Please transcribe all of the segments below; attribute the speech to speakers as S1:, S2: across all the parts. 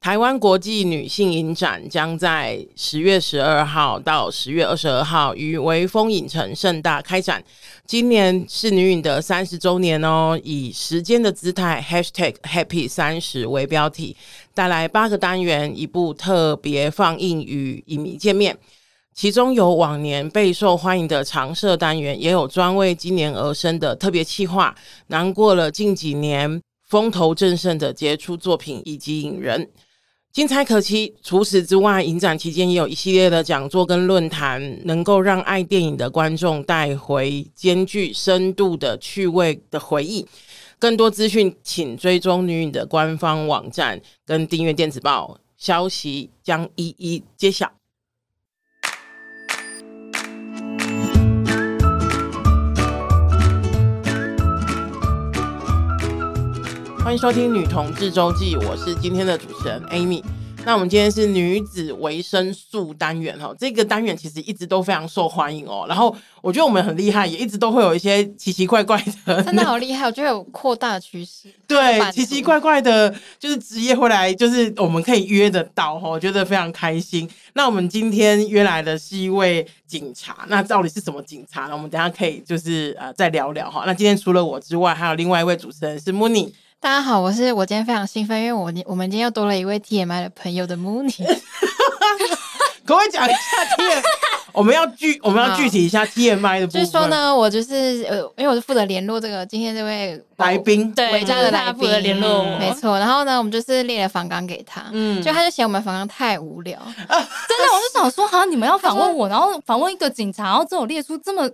S1: 台湾国际女性影展将在十月十二号到十月二十二号于微风影城盛大开展。今年是女影的三十周年哦，以“时间的姿态 ”#hashtag Happy 三十为标题，带来八个单元，一部特别放映与影迷见面。其中有往年备受欢迎的常设单元，也有专为今年而生的特别企划，囊括了近几年风头正盛的杰出作品以及影人。精彩可期。除此之外，影展期间也有一系列的讲座跟论坛，能够让爱电影的观众带回兼具深度的趣味的回忆。更多资讯，请追踪女影的官方网站跟订阅电子报，消息将一一揭晓。欢迎收听《女同志周记》，我是今天的主持人 Amy。那我们今天是女子维生素单元哈，这个单元其实一直都非常受欢迎哦。然后我觉得我们很厉害，也一直都会有一些奇奇怪怪的，
S2: 真的好厉害，我觉得有扩大趋势。
S1: 对
S2: 版
S1: 奇
S2: 图
S1: 奇怪怪的，就是职业会来，就是我们可以约得到哈，我觉得非常开心。那我们今天约来的是一位警察，那到底是什么警察呢？我们等一下可以就是呃再聊聊哈。那今天除了我之外，还有另外一位主持人是 Mooney。
S2: 大家好，我是我今天非常兴奋，因为我我们今天又多了一位 TMI 的朋友的 Mooney。
S1: 可不可以讲一下 T？M 我们要具我们要具体一下
S3: 啊
S1: TMI 的部
S2: 就
S1: 分。
S2: 是说，呢，我就是呃，因为我是负责联络这个今天这位
S1: 来宾哦
S2: 伟大
S3: 对，就
S2: 的
S3: 是
S2: 来
S3: 他负责
S2: 宾
S3: 联络我，
S2: 没错，然后呢，我们就是列了访纲给他，
S1: 嗯
S2: 嗯，就他就嫌我们访纲太无聊，
S3: 真的，我就想说，哈，你们要访问我，然后访问一个警察，然后最后列出这么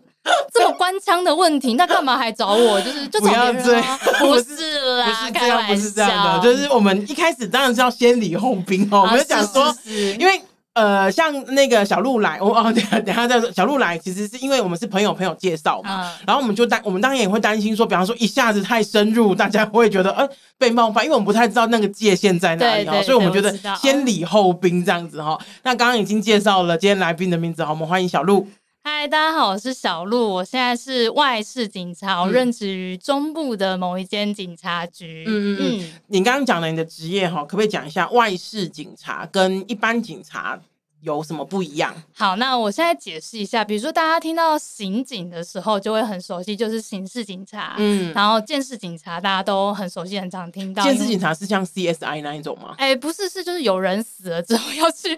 S3: 这么官腔的问题，那干嘛还找我？就是就
S1: 不
S3: 找
S1: 要
S3: 别
S1: 这
S3: 人
S1: 样
S3: 啊，
S1: 不
S3: 不
S1: 是
S3: 是
S1: 不
S3: 啦，
S1: 是这
S3: 啊开
S1: 样，不
S3: 玩
S1: 是这样
S3: 笑，
S1: 的，就是我们一开始当然是要先礼后兵哦。我
S3: 啊
S1: 们就讲说，
S3: 是是是
S1: 因为呃，像那个小鹿来，我哦，等一 下等一下再说。小鹿来其实是因为我们是朋友朋友介绍嘛，
S3: 嗯
S1: 然后我们就担，我们当然也会担心说，比方说一下子太深入，大家会觉得呃被冒犯，因为我们不太知道那个界限在哪里哦，
S3: 对对
S1: 所以我们觉
S3: 对
S1: 得
S3: 我知道嗯
S1: 先礼后兵这样子哈、哦。那刚刚已经介绍了今天来宾的名字哈，我们欢迎小鹿。
S3: 嗨，大家好，我是小鹿，我现在是外事警察，我
S1: 嗯
S3: 任职于中部的某一间警察局。
S1: 嗯嗯嗯你刚刚讲了你的职业哈，可不可以讲一下外事警察跟一般警察有什么不一样？
S3: 好，那我现在解释一下，比如说大家听到刑警的时候，就会很熟悉，就是刑事警察。
S1: 嗯，
S3: 然后见识警察大家都很熟悉，很常听到。
S1: 监视警察是像 CSI 那一种吗？
S3: 哎、不是，是就是有人死了之后 要去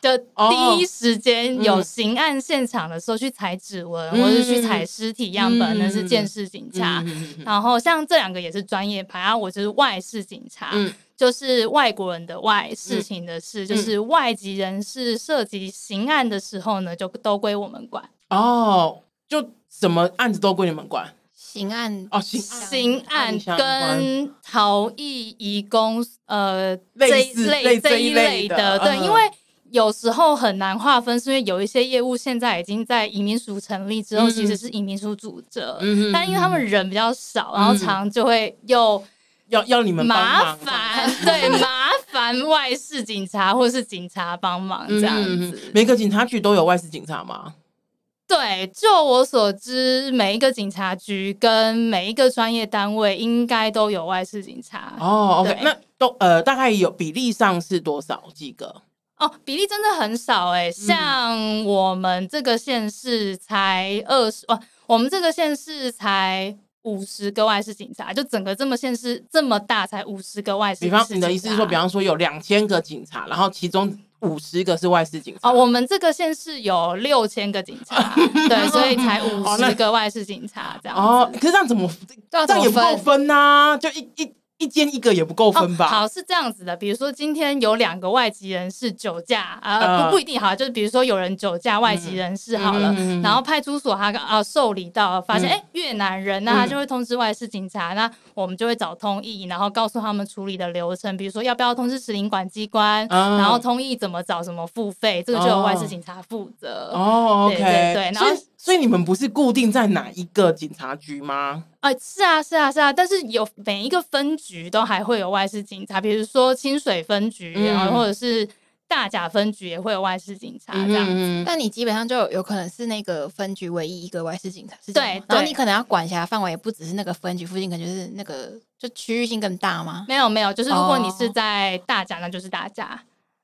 S3: 的
S1: 哦
S3: 第一时间，
S1: 嗯
S3: 有刑案现场的时候去采指纹，
S1: 嗯
S3: 或者去采尸体样本，
S1: 嗯
S3: 那是见识警察。
S1: 嗯嗯嗯嗯
S3: 然后像这两个也是专业牌啊，我就是外事警察，
S1: 嗯
S3: 就是外国人的外，事情的事，就是
S1: 嗯
S3: 外籍人士涉及刑案的时候呢，就都归我们管。
S1: 哦，就什么案子都归你们管
S2: 刑案
S1: 哦，行，
S3: 刑案
S1: 相关
S3: 跟逃逸移工，呃，
S1: 类
S3: 这一
S1: 似类
S3: 类
S1: 这
S3: 这
S1: 一
S3: 一
S1: 类
S3: 类
S1: 的
S3: 的，对，
S1: 嗯
S3: 因为有时候很难划分，是因为有一些业务现在已经在移民署成立之后，
S1: 嗯
S3: 其实是移民署组织，
S1: 嗯嗯
S3: 但因为他们人比较少，然后
S1: 嗯
S3: 常就会又
S1: 要要你们帮
S3: 麻
S1: 忙
S3: 烦，
S1: 嗯
S3: 对，麻烦外事警察或是警察帮忙这样
S1: 嗯嗯
S3: 子
S1: 嗯。每个警察局都有外事警察吗？
S3: 对，就我所知，每一个警察局跟每一个专业单位应该都有外事警察。哦
S1: 哦，OK，
S3: 对
S1: 那都呃大概有比例上是多少几个？
S3: 哦比例真的很少
S1: 嗯
S3: 哎、像我们这个县市才二十、哦，我们这个县市才。五十个外事警察，就整个这么县市这么大，才五十个外事
S1: 比
S3: 警察。
S1: 方你的意思是说，比方说有两千个警察，然后其中五十个是外事警察。
S3: 哦，我们这个县市有六千个警 察，对，所以才五
S1: 哦那
S3: 十个外事警察这样子。
S1: 哦，可是这样怎么
S2: 要
S1: 这
S2: 怎
S1: 样
S2: 么
S1: 也不够
S2: 分？
S1: 分呐、就一一一间一个也不够分吧？
S3: 哦？好，是这样子的，比如说今天有两个外籍人士酒驾，呃，
S1: 呃
S3: 不不一定哈，就是比如说有人酒驾，外籍人士好了，
S1: 嗯嗯嗯
S3: 然后派出所他啊、受理到发现
S1: 嗯
S3: 哎、诶越南人，那他就会通知外事警察，那我们就会找通译，然后告诉他们处理的流程，比如说要不要通知使领馆机关，
S1: 嗯
S3: 然后通译怎么找什么付费，这个就
S1: 哦
S3: 由外事警察负责。
S1: 哦，OK，
S3: 对对对然后
S1: 所以所以你们不是固定在哪一个警察局吗？
S3: 啊、是啊，是啊，是啊，但是有每一个分局都还会有外事警察，比如说清水分局，
S1: 嗯
S3: 然后或者是大甲分局也会有外事警察啊这样子。
S1: 嗯
S2: 但你基本上就有有可能是那个分局唯一一个外事警察，是这
S3: 对
S2: 样吗然后
S3: 对
S2: 你可能要管辖范围也不只是那个分局附近，可能就是那个就区域性更大吗？
S3: 没有没有，就是如果你
S2: 哦
S3: 是在大甲，那就是大甲。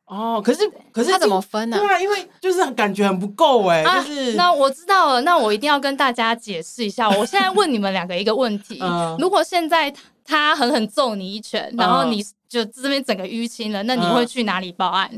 S1: 哦，可是可是
S2: 他
S1: 这
S2: 怎么分呢、
S1: 对啊？因为就是感觉很不够哎、就是：
S3: 啊那我知道了，那我一定要跟大家解释一下。我现在问你们两个一个问题
S1: 嗯
S3: 如果现在他他狠狠揍你一拳，然后你就这边整个淤青了，那你
S1: 嗯
S3: 会去哪里报案？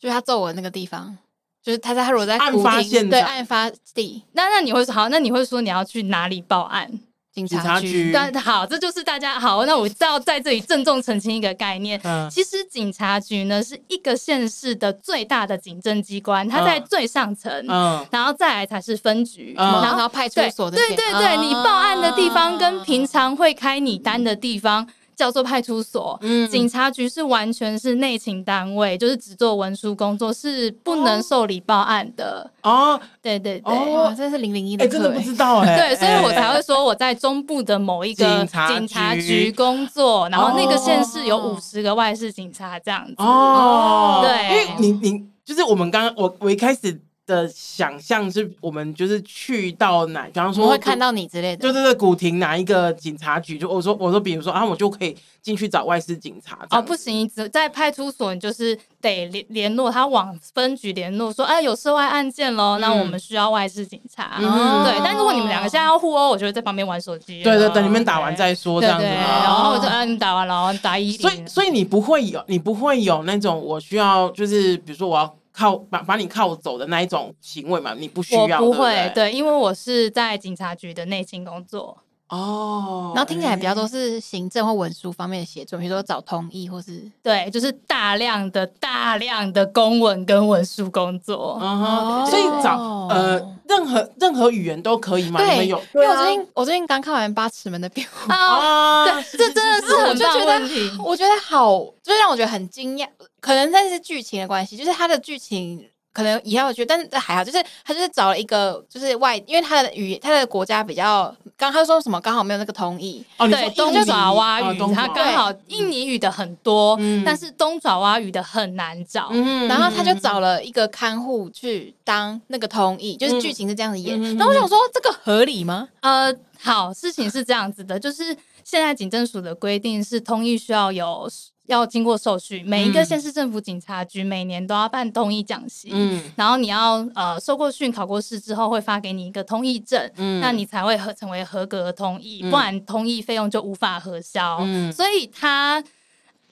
S2: 就是他揍我的那个地方，就是他在他如果在
S1: 案
S2: 古
S1: 发
S2: 亭
S1: 现
S2: 对
S1: 场
S2: 案发地
S3: 那那你会说好？那你会说你要去哪里报案？
S2: 警
S1: 警
S2: 察
S1: 察
S2: 局
S1: 局
S3: 但好，这就是大家好。那我要在这里郑重澄清一个概念。
S1: 嗯
S3: 其实警察局呢是一个县市的最大的警政机关，它在
S1: 嗯
S3: 最上层，
S1: 嗯
S3: 然后再来才是分局，
S1: 嗯
S2: 然
S3: 然
S2: 后
S3: 后
S2: 到派出
S3: 对
S2: 所的哦
S3: 对对对，你报案的地方跟平常会开你单的地方叫做派出所。
S2: 嗯
S3: 警察局是完全是内勤单位，就是只做文书工作，是不能受理报案的。
S1: 哦，
S3: 对对对。
S1: 哦
S2: 哇，真的是零零一
S1: 哎、
S2: 的
S1: 真
S2: 课、
S1: 的
S2: 欸
S1: 不知道哎、
S3: 对，所以我才
S1: 哎
S3: 会说我在中部的某一个
S1: 警察
S3: 警察
S1: 局
S3: 局工作，然后那个县市有
S2: 哦
S3: 五十个外事警察这样子。
S1: 哦，
S3: 对
S1: 因为你你就是我们刚刚我我一开始的想象是我们就是去到哪，比方
S2: 我
S1: 说
S2: 们会看。到你之类的，
S1: 对对对，古亭哪一个警察局？就我说我说，比如说啊，我就可以进去找外事警察这
S3: 哦，
S1: 样
S3: 不行，只在派出所，你就是得联联络他往分局联络，说，哎，有涉外案件喽，那我们需要外事警察。
S1: 嗯哼
S3: 对，但如果你们两个现在要互殴，我觉得在旁边玩手机了。
S1: 对对，等你们打完再说
S3: 哦对
S1: 这样子。
S3: 对对
S1: 哦
S3: 然后我就，啊，你们打完了，然后打一零。
S1: 所以所以你不会有你不会有那种我需要就是比如说我要靠把把你靠走的那一种行为嘛？你不需
S3: 我
S1: 要，
S3: 不
S1: 对
S3: 会
S1: 不，对
S3: 对，因为我是在警察局的内勤工作。
S1: 哦。
S2: 然后听起来比较
S1: 哎
S2: 多是行政或文书方面的协助，比如说找同意或是
S3: 对，就是大量的大量的公文跟文书工作。
S1: 嗯哼，
S2: 哦
S1: 所以找呃任何任何语言都可以嘛？你们有
S2: 因为我最近我最近刚看完《八尺门的辩护》，
S1: 啊
S3: 啊，对，，这真的是很棒的问题。
S1: 哦
S2: 我觉得好，就是让我觉得很惊讶，可能但是剧情的关系，就是它的剧情。可能以后我觉得，但是还好，就是他就是找了一个就是外，因为他的语他的国家比较，刚他说什么刚好没有那个同意，
S1: 哦，你
S3: 对
S1: 说印
S3: 东
S1: 尼
S3: 爪哇
S1: 哦
S3: 语，
S1: 东爪
S3: 它
S1: 哇
S3: 刚好印尼语的很多，
S1: 嗯
S3: 但是东爪哇语的很难找。
S1: 嗯
S2: 然后他就找了一个看护去当那个同意，就是
S1: 嗯
S2: 剧情是这样子演。
S1: 嗯嗯嗯
S2: 然后我想说，这个合理吗？
S3: 呃，好，事情是这样子的，就是现在警政署的规定是通译需要有要经过受训，每一个
S1: 嗯
S3: 县市政府警察局每年都要办通译讲习。
S1: 嗯
S3: 然后你要呃受过训、考过试之后，会发给你一个通译证，
S1: 嗯
S3: 那你才会合成为合格的通译，
S1: 嗯
S3: 不然通译费用就无法核销。
S1: 嗯
S3: 所以他。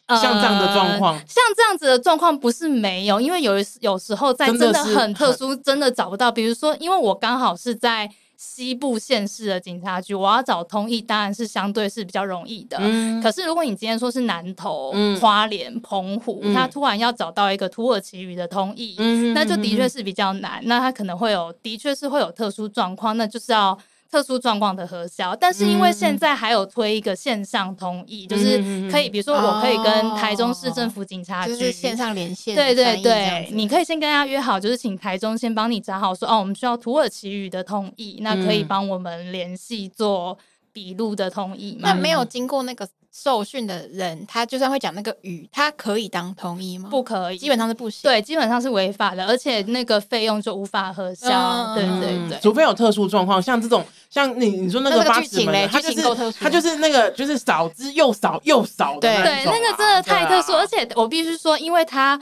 S3: 呃
S1: 像这样的状况
S3: 像这样子的状况不是没有，因为有一时有时候在
S1: 真
S3: 真
S1: 的
S3: 的
S1: 是
S3: 很特殊，真的找不到。比如说，因为我刚好是在西部县市的警察局，我要找通译，当然是相对是比较容易的。
S1: 嗯
S3: 呃可是如果你今天说是南投、
S1: 嗯
S3: 花莲、澎湖，
S1: 嗯
S3: 他突然要找到一个土耳其语的通译，
S1: 嗯
S3: 那就的确是比较难。那他可能会有，的确是会有特殊状况，那就是要特殊状况的核销。但是
S2: 嗯
S3: 因为现在还有推一个线上通译，就是可以，比如说我可以跟台中市政府警察局。
S2: 嗯哦就是线上连线，
S3: 对对
S2: 翻译
S3: 对
S2: 这，
S3: 你
S2: 样子
S3: 可以先跟他约好，就是请台中先帮你找好说哦，我们需要土耳其语的通译，那可以
S1: 嗯
S3: 帮我们联系做笔录的通译
S2: 那
S3: 吗？
S2: 没有
S1: 嗯
S2: 经过那个受训的人，他就算会讲那个语，他可以当同意吗？
S3: 不，可以，
S2: 基本上是不行。，
S3: 对，基本上是违法的，而且那个费用就无法核销。
S2: 嗯
S3: 对
S2: 嗯
S3: 对对，
S1: 除非有特殊状况，像这种，像你你说那
S2: 那
S1: 个
S2: 这个
S1: 八
S2: 剧
S1: 尺
S2: 情
S1: 门的，
S2: 嘞
S1: 他
S2: 剧
S1: 就
S2: 情够特
S1: 是
S2: 殊
S1: 他就是那个就是少之又少又少的
S2: 对
S1: 那
S3: 对，
S1: 一种啊，
S3: 那个真的太特殊，
S1: 对啊
S3: 而且我必须说，因为它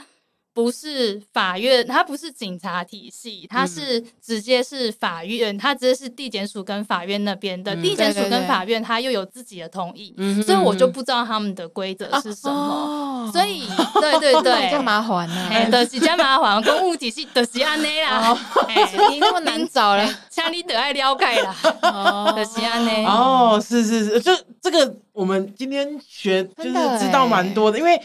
S3: 不是法院，它不是警察体系，
S1: 嗯
S3: 它是直接是法院，它直接是地检署跟法院那边的，
S1: 嗯
S3: 地检署
S2: 对对
S3: 跟
S2: 对
S3: 法院它又有自己的同意，
S1: 嗯哼啊哦
S3: 所以我就不知道他们的规则是什么。所以，对 对
S2: 对，这
S3: 对，
S2: 样麻烦
S3: 哎，
S2: 呢？
S3: 的是真麻烦，公务体系就是安尼
S1: 哦
S3: 啦，哎
S2: 你那么难找 嘞，
S3: 请你得爱了解啦，
S2: 哦
S3: 就是安尼。
S1: 哦，是是是，就这个我们今天学就是
S2: 真的
S1: 知道蛮多的，因为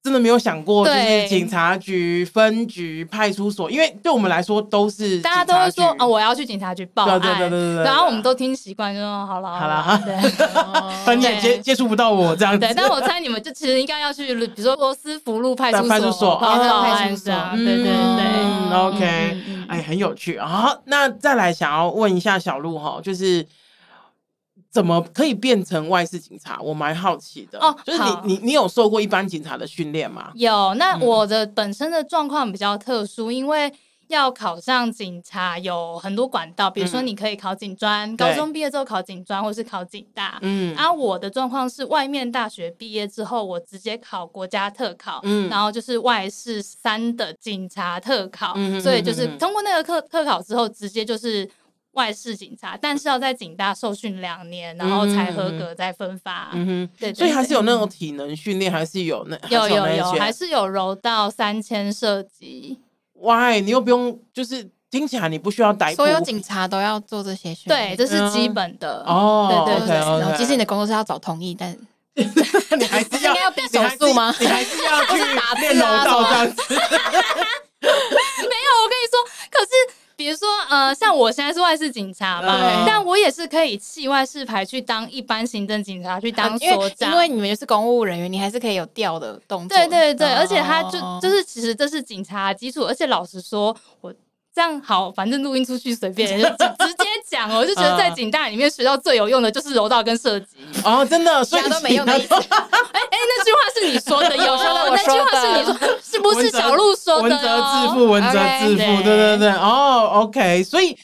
S1: 真的没有想过，就是
S3: 对
S1: 警察局、分局、派出所，因为对我们来说都是
S3: 大家都会
S1: 警察
S3: 说
S1: 局
S3: 啊，我要去警察局报
S1: 对啊
S3: 案，
S1: 对啊对啊对啊对啊对啊
S3: 然后我们都听习惯，就说好了
S1: 好啦
S3: 啦 对
S1: 反正你也接
S3: 对
S1: 接触不到我这样子
S3: 对。。但我猜你们就其实应该要去，比如说罗斯福路派出
S1: 派出所
S3: 所报
S1: 哦
S3: 报
S2: 派
S3: 案
S2: 出所
S3: 这样，
S1: 嗯
S3: 对对对。
S1: 嗯，OK，
S3: 嗯嗯嗯
S1: 哎，很有趣啊。那再来想要问一下小鹿哈，就是怎么可以变成外事警察？我蛮好奇的。
S3: 哦
S1: 就是
S3: 好
S1: 你你你有受过一般警察的训练吗？
S3: 有，那
S1: 嗯
S3: 我的本身的状况比较特殊，因为要考上警察有很多管道，比如说
S1: 嗯
S3: 你可以考警专，
S1: 对
S3: 高中毕业之后考警专，或是考警大。
S1: 嗯
S3: 啊，我的状况是外面大学毕业之后，我直接考国家特考，
S1: 嗯
S3: 然后就是外事三的警察特考，
S1: 嗯哼
S3: 所以就是
S1: 嗯哼嗯
S3: 通过那个特特考之后，直接就是外事警察，但是要在警大受训两年，然后才合格再分发。
S1: 嗯
S3: 对对
S1: 哼，所以还
S3: 对
S1: 是有那种体能训练，还是有那还
S3: 有
S1: 是
S3: 有
S1: 那
S3: 有，
S1: 些
S3: 还是有柔道三千射击。
S1: why 你又不用，就是听起来你不需要逮捕，
S2: 所有警察都要做这些训练。
S3: 对，这是基本的。
S1: 啊哦
S3: 对对对
S1: OK，OK
S2: 然后即使你的工作是要找同意，但
S1: 你还是
S2: 应该要变手速吗
S1: 你还是要去练柔
S2: 啊
S1: 道这样子。
S3: 没有，我跟你说，可是比如说，呃，像我现在是外事警察嘛，
S1: 嗯
S3: 但我也是可以弃外事牌去当一般行政警察，去当
S2: 啊呃因
S3: 所
S2: 为
S3: 长。
S2: 因为你们就是公务人员，你还是可以有调的动作。
S3: 对对对，而且他就
S2: 哦
S3: 就是其实这是警察基础，而且老实说，我。这样好，反正录音出去随便就 直直接讲，哦我就觉得在
S1: 嗯
S3: 警大里面学到最有用的就是柔道跟射击。
S1: 哦，真的，所以
S2: 其他都没用的意思
S3: 哎、哎，那句话是你说 的哟，
S2: 我说的我
S3: 哦那句话是你
S2: 说
S3: 说，是不是
S1: 文泽
S3: 小鹿说的
S1: 文
S3: 哟？
S1: 责致富，文责
S2: OK
S1: 致富，对
S3: 对
S1: 对对，哦，OK，所以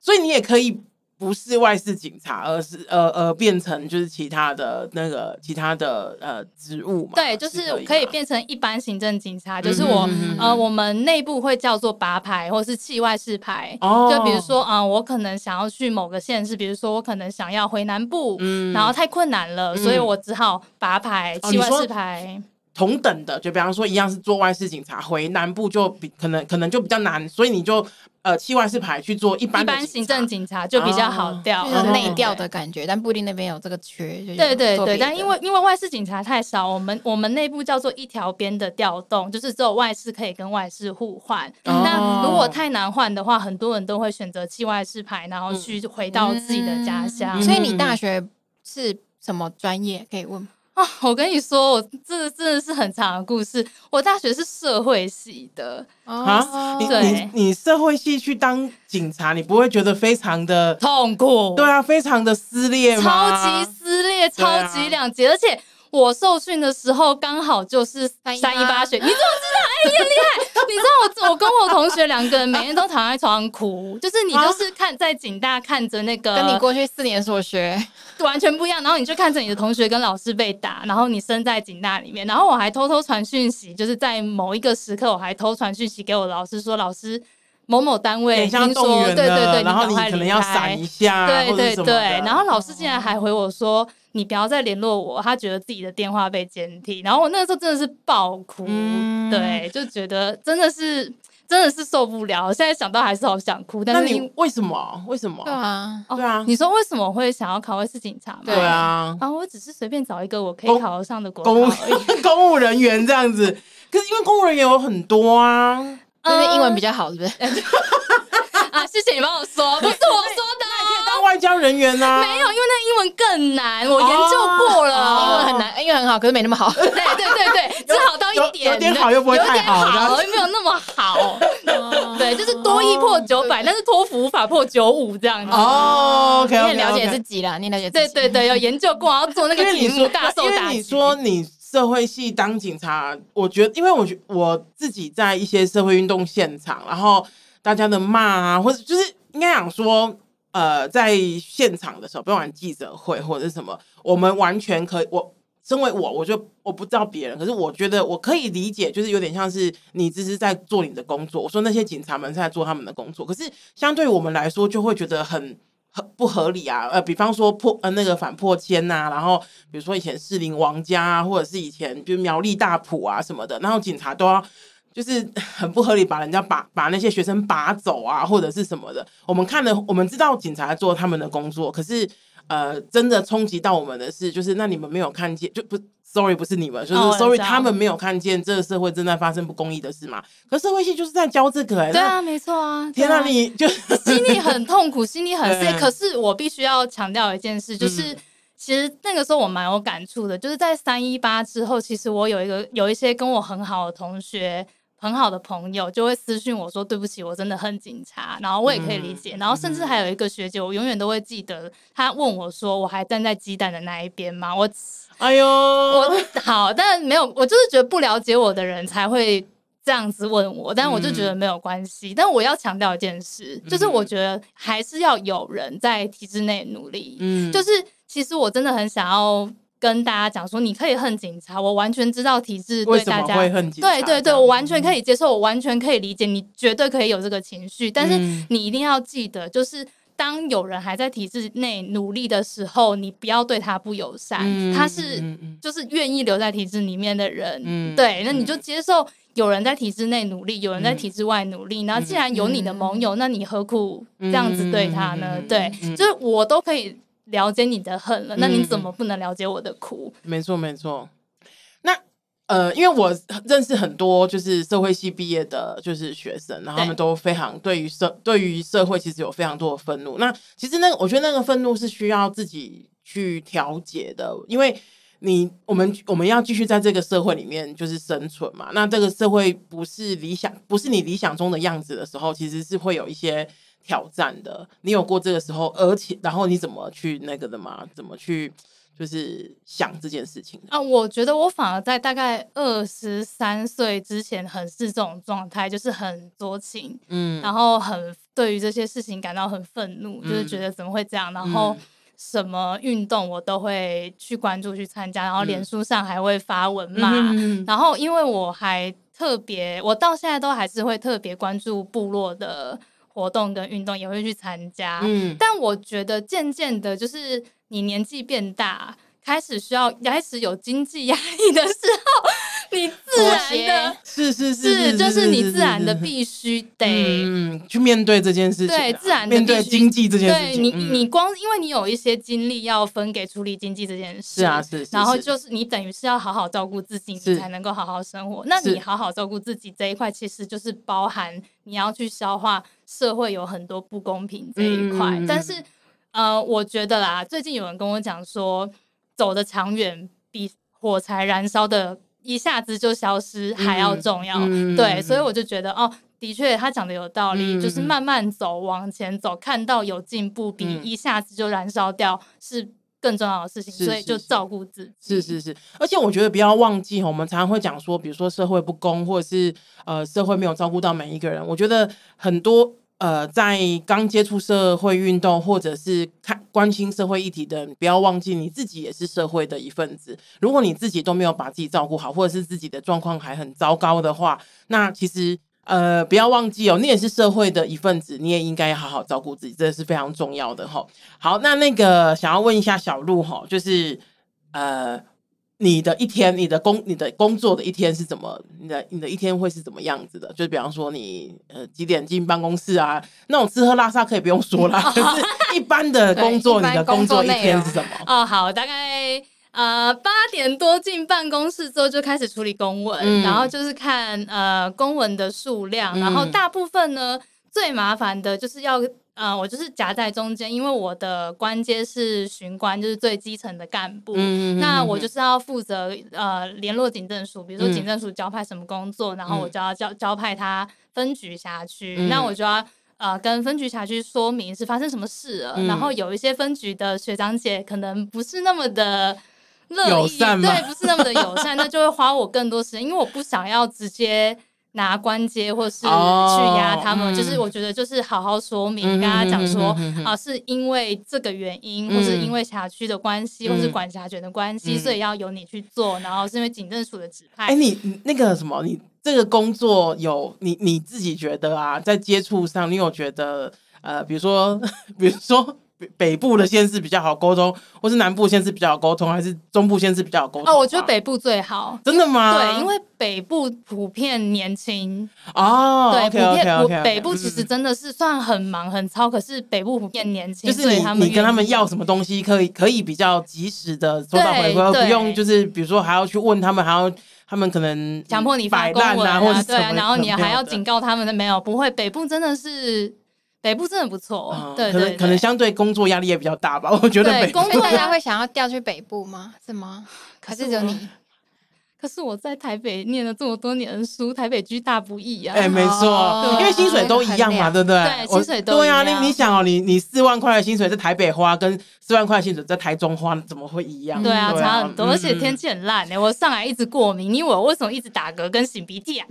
S1: 所以你也可以不是外事警察，而是呃呃变成就是其他的那个其他的呃职务嘛，
S3: 对，就是可
S1: 可
S3: 以
S1: 吗，
S3: 变成一般行政警察，就是我、
S1: 嗯
S3: 呃，我们内部会叫做拔牌或是气外事牌。
S1: 哦，
S3: 就比如说，啊、我可能想要去某个县市，比如说我可能想要回南部，
S1: 嗯
S3: 然后太困难了，所以
S1: 嗯
S3: 我只好拔牌、
S1: 哦
S3: 气
S1: 你
S3: 外
S1: 说
S3: 事牌。
S1: 同等的，就比方说一样是做外事警察，回南部就比可能可能就比较难，所以你就呃弃外事牌去做一般
S3: 一
S1: 的
S3: 般
S1: 警
S3: 行
S1: 察
S3: 政警察就比较好
S1: 哦
S3: 调，
S2: 就是
S1: 哦
S2: 内调的感觉，但不一定那边有这个缺。就是
S3: 对对
S2: 做别
S3: 对，
S2: 的
S3: 但因为因为外事警察太少，我们我们内部叫做一条边的调动，就是只有外事可以跟外事互换。
S1: 哦
S3: 那如果太难换的话，很多人都会选择弃外事牌，然后去回到自己的家乡。
S1: 嗯
S2: 所以你大学是什么专业？可以问吗？
S3: 啊，我跟你说，我这真的是很长的故事。我大学是社会系的，
S2: 哦
S1: 啊，你
S3: 哦对
S1: 你你社会系去当警察，你不会觉得非常的
S3: 痛苦，
S1: 对啊，非常的撕裂
S3: 超
S1: 吗？
S3: 级撕裂，
S1: 对啊
S3: 超级两极，而且。我受训的时候刚好就是三
S2: 318
S3: 一八学，你怎么知道？哎、你很厉害！你知道我我 跟我同学两个人每天都躺在床上哭，就是你就是看在警大看着那个
S2: 跟你过去四年所学，
S3: 完全不一样，然后你就看着你的同学跟老师被打，然后你身在警大里面，然后我还偷偷传讯息，就是在某一个时刻我还偷传讯息给我老师说，老师某某单
S1: 有
S3: 位
S1: 点
S3: 听
S1: 像动
S3: 说，
S1: 员
S3: 对对
S1: 了，
S3: 对，
S1: 然后
S3: 赶
S1: 你
S3: 快
S1: 可能
S3: 离
S1: 要
S3: 开
S1: 闪一下，
S3: 对
S1: 啊或者
S3: 对
S1: 什么
S3: 对，
S1: 的
S3: 然后老师竟然还回我说：“你不要再联络我。”他觉得自己的电话被监听，然后我那个时候真的是爆哭，
S1: 嗯
S3: 对，就觉得真的是真的是受不了。现在想到还是好想哭，
S1: 那
S3: 但是因
S1: 你为什么？为什么？
S2: 对啊，
S3: 哦
S1: 对啊
S3: 你说为什么会想要考外事警察吗？
S1: 对啊，
S3: 啊，我只是随便找一个我可以
S1: 公
S3: 考得上的国考
S1: 公务
S3: 而 已。
S1: 公务人员这样子，可是因为公务人员有很多啊，
S3: 呃
S2: 就是英文比
S3: 较
S2: 较好，是不
S3: 呃
S2: 是？
S3: 啊，谢谢你帮我说，不是我说的 哦。
S1: 当外交人员啊，
S3: 没有，因为那英文更难，我研究
S1: 哦
S3: 过了，
S2: 英文很难，英文很好，可是没那么好。
S3: 对对对对，只好到一点，
S1: 有有点好又不会太好
S3: 有点
S1: 这
S3: 好
S1: 样哦
S3: 又没有那么好。对，就是多一破九百，但是托福无法破九五这样子。
S1: 哦，OK，
S2: 你也了解自己啦，你也了解
S3: 对
S2: 自己。
S3: 对对，有研究过，然后做那
S1: 因
S3: 个
S1: 为
S3: 题
S1: 你
S3: 目
S1: 说，
S3: 大受
S1: 因
S3: 打
S1: 为你
S3: 击。
S1: 说你社会系当警察，我觉得，因为我觉我自己在一些社会运动现场，然后大家的骂啊，或者就是应该讲说。呃，在现场的时候，不管记者会或者是什么，我们完全可以。我身为我，我就我不知道别人，可是我觉得我可以理解，就是有点像是你只是在做你的工作。我说那些警察们是在做他们的工作，可是相对我们来说，就会觉得很很不合理啊。呃，比方说破呃那个反破千呐、然后比如说以前士林王家啊，或者是以前就苗栗大埔啊什么的，然后警察都要。就是 很不合理，把人家把把那些学生拔走啊，或者是什么的。我们看了，我们知道警察做他们的工作，可是呃，真的冲击到我们的是，就是那你们没有看见，就不，sorry，不是你们，就是、
S3: 哦我知道
S1: sorry，他们没有看见这个社会正在发生不公义的事嘛。可社会系就是在教这个、欸，
S3: 对
S1: 那
S3: 啊，没错啊。
S1: 天哪、
S3: 对啊
S1: 你就
S3: 心里很痛苦，心里很
S1: 对
S3: sick。可是我必须要强调一件事，就是。其实那个时候我蛮有感触的，就是在三一八之后，其实我有一个有一些跟我很好的同学、很好的朋友就会私讯我说：“对不起，我真的很警察。”然后我也可以理解。然后甚至还有一个学姐，我永远都会记得，她问我说：“我还站在鸡蛋的那一边吗？”我
S1: 哎呦，
S3: 我好，但没有，我就是觉得不了解我的人才会这样子问我，但我就觉得
S1: 嗯
S3: 没有关系。但我要强调一件事，就是我觉得还是要有人在体制内努力。
S1: 嗯
S3: 就是其实我真的很想要跟大家讲说，你可以恨警察，我完全知道体制
S1: 为
S3: 对
S1: 什
S3: 大
S1: 么
S3: 家
S1: 会恨警察
S3: 对对
S1: 这
S3: 对，
S1: 样嗯
S3: 我完全可以接受，我完全可以理解，你绝对可以有这个情绪，但是
S1: 嗯
S3: 你一定要记得，就是。当有人还在体制内努力的时候，你不要对他不友善，
S1: 嗯
S3: 他是
S1: 嗯嗯
S3: 就是愿意留在体制里面的人，
S1: 嗯嗯
S3: 对，那你就接受有人在体制内努力，有人在体制外努力，然后既然有你的盟友，那你何苦这样子对他呢？
S1: 嗯
S3: 对，
S1: 嗯
S3: 就是我都可以了解你的恨了，那你怎么不能了解我的苦？
S1: 没错，没错。那呃，因为我认识很多就是社会系毕业的，就是学生，然后他们
S3: 对
S1: 都非常对于社对于社会其实有非常多的愤怒。那其实那个我觉得那个愤怒是需要自己去调节的，因为。你我们我们要继续在这个社会里面就是生存嘛？那这个社会不是理想，不是你理想中的样子的时候，其实是会有一些挑战的。你有过这个时候，而且然后你怎么去那个的吗？怎么去就是想这件事情的？
S3: 啊，我觉得我反而在大概二十三岁之前，很是这种状态，就是很多情，
S1: 嗯
S3: 然后很对于这些事情感到很愤怒，就是
S1: 嗯
S3: 觉得怎么会这样，然后。什么运动我都会去关注去参加，然后脸
S1: 嗯
S3: 书上还会发文骂，
S1: 嗯
S3: 然后因为我还特别，我到现在都还是会特别关注部落的活动跟运动，也会去参加。
S1: 嗯
S3: 但我觉得渐渐的，就是你年纪变大，开始需要开始有经济压力的时候， 你自
S2: 妥
S3: 然的
S2: 协。
S1: 是是
S3: 是，
S1: 是，
S3: 就是你自然的
S1: 是
S3: 必须
S1: 是
S3: 得
S1: 嗯去面对这件事情啊，
S3: 对自然地
S1: 面对
S3: 必须
S1: 经济这件事
S3: 对
S1: 情，
S3: 你，
S1: 嗯
S3: 你光因为你有一些精力要分给处理经济这件事，
S1: 是啊是是
S3: 然后
S1: 是
S3: 就是你等于是要好好照顾自己，
S1: 是
S3: 你才能够好好生活。那
S1: 是
S3: 你好好照顾自己这一块，其实就是包含你要去消化社会有很多不公平这一块。
S1: 嗯嗯嗯
S3: 但是，呃，我觉得啦，最近有人跟我讲说，走的长远比火柴燃烧的一下子就消失还要重要。
S1: 嗯嗯
S3: 对，
S1: 嗯
S3: 所以我就觉得哦。的确，他讲的有道理，
S1: 嗯
S3: 就是
S1: 嗯
S3: 慢慢走，往前走，看到有进步，比
S1: 嗯
S3: 一下子就燃烧掉是更重要的事情，
S1: 是
S3: 所以
S1: 是
S3: 就是照顾自己。
S1: 是是是，而且我觉得不要忘记哦，我们常常会讲说，比如说社会不公，或者是呃社会没有照顾到每一个人。我觉得很多呃在刚接触社会运动，或者是看关心社会议题的人，不要忘记你自己也是社会的一份子。如果你自己都没有把自己照顾好，或者是自己的状况还很糟糕的话，那其实。呃，不要忘记哦，你也是社会的一份子，你也应该好好照顾自己，这是非常重要的哈、好，那那个想要问一下小鹿哈、就是呃，你的一天，你的工，你的工作的一天是怎么？你的你的一天会是怎么样子的？就比方说你呃几点进办公室啊？那种吃喝拉撒可以不用说啦，可是一般的工作，
S2: 对一
S1: 你
S2: 般
S1: 的工作一
S2: 工作内
S1: 天
S2: 容
S1: 是什么？
S3: 哦，好，大概呃八点多进办公室之后就开始处理公文，
S1: 嗯
S3: 然后就是看呃公文的数量，然后
S1: 嗯
S3: 大部分呢最麻烦的就是要。呃，我就是夹在中间，因为我的官阶是巡官，就是最基层的干部。
S1: 嗯
S3: 那我就是要负责呃联络警政署，比如说
S1: 嗯
S3: 警政署交派什么工作，然后我
S1: 嗯
S3: 就要交交派他分局辖区，
S1: 嗯
S3: 那我就要。呃，跟分局辖区说明是发生什么事了，
S1: 嗯
S3: 然后有一些分局的学长姐可能不是那么的乐意，
S1: 友善吗
S3: 对，不是那么的友善，那就会花我更多时间，因为我不想要直接拿关阶或是去
S1: 哦
S3: 压他们，
S1: 嗯
S3: 就是我觉得就是好好说明，
S1: 嗯
S3: 跟他讲说啊、
S1: 嗯嗯嗯嗯嗯
S3: 是因为这个原因，或是
S1: 嗯
S3: 因为辖区的关系，或是
S1: 嗯
S3: 管辖权的关系，
S1: 嗯
S3: 所以要由你去做，然后是因为警政署的指派。
S1: 哎、你你那个什么，你这个工作有你你自己觉得啊，在接触上，你有觉得呃，比如说 比如说北北部的县市比较好沟通，或是南部县市比较好沟通，还是中部县市比较好啊沟通啊？
S3: 哦，我觉得北部最好。
S1: 真的吗？
S3: 对，因为北部普遍年轻，
S1: 哦，
S3: 对，普
S1: OK 嗯 OK
S3: 遍
S1: OK，,
S3: 我
S1: o k
S3: 北部其实真的是算很忙很超，可是北部普遍年轻，
S1: 就是
S3: 所以
S1: 你
S3: 他们
S1: 你跟他们
S3: 愿意
S1: 要什么东西，可以可以比较及时的收到回
S3: 对
S1: 馈，不
S3: 对
S1: 用就是比如说还要去问他们，还要他们可能
S3: 强迫你发
S1: 摆
S3: 公
S1: 烂
S3: 文
S1: 啊，或者
S3: 对啊，然后你还要
S1: 警。
S3: 警告他们的没有，不会，北部真的是北部真的不错，
S1: 哦
S3: 对
S1: 可
S3: 对
S1: 能
S3: 对
S1: 可能相对工作压力也比较大吧，我觉得
S3: 对
S1: 北
S3: 工
S2: 所以
S3: 作
S2: 大
S3: 压
S2: 家会想要调去北部吗？是吗？还是只有你？
S3: 可可是我在台北念了这么多年的书，台北居大不易啊。
S1: 哎、没
S2: 哦
S1: 错，因为薪水都一样嘛，对不对？
S3: 对
S1: 我
S3: 薪水都
S1: 对啊。
S3: 一样
S1: 你你想哦，你你四万块的薪水在台北花，跟四万块的薪水在台中花，怎么会一样？
S3: 对啊，差很多，
S1: 嗯
S3: 而且天气很烂哎，我上来一直过敏，你以为我为什么一直打嗝跟擤鼻 涕啊？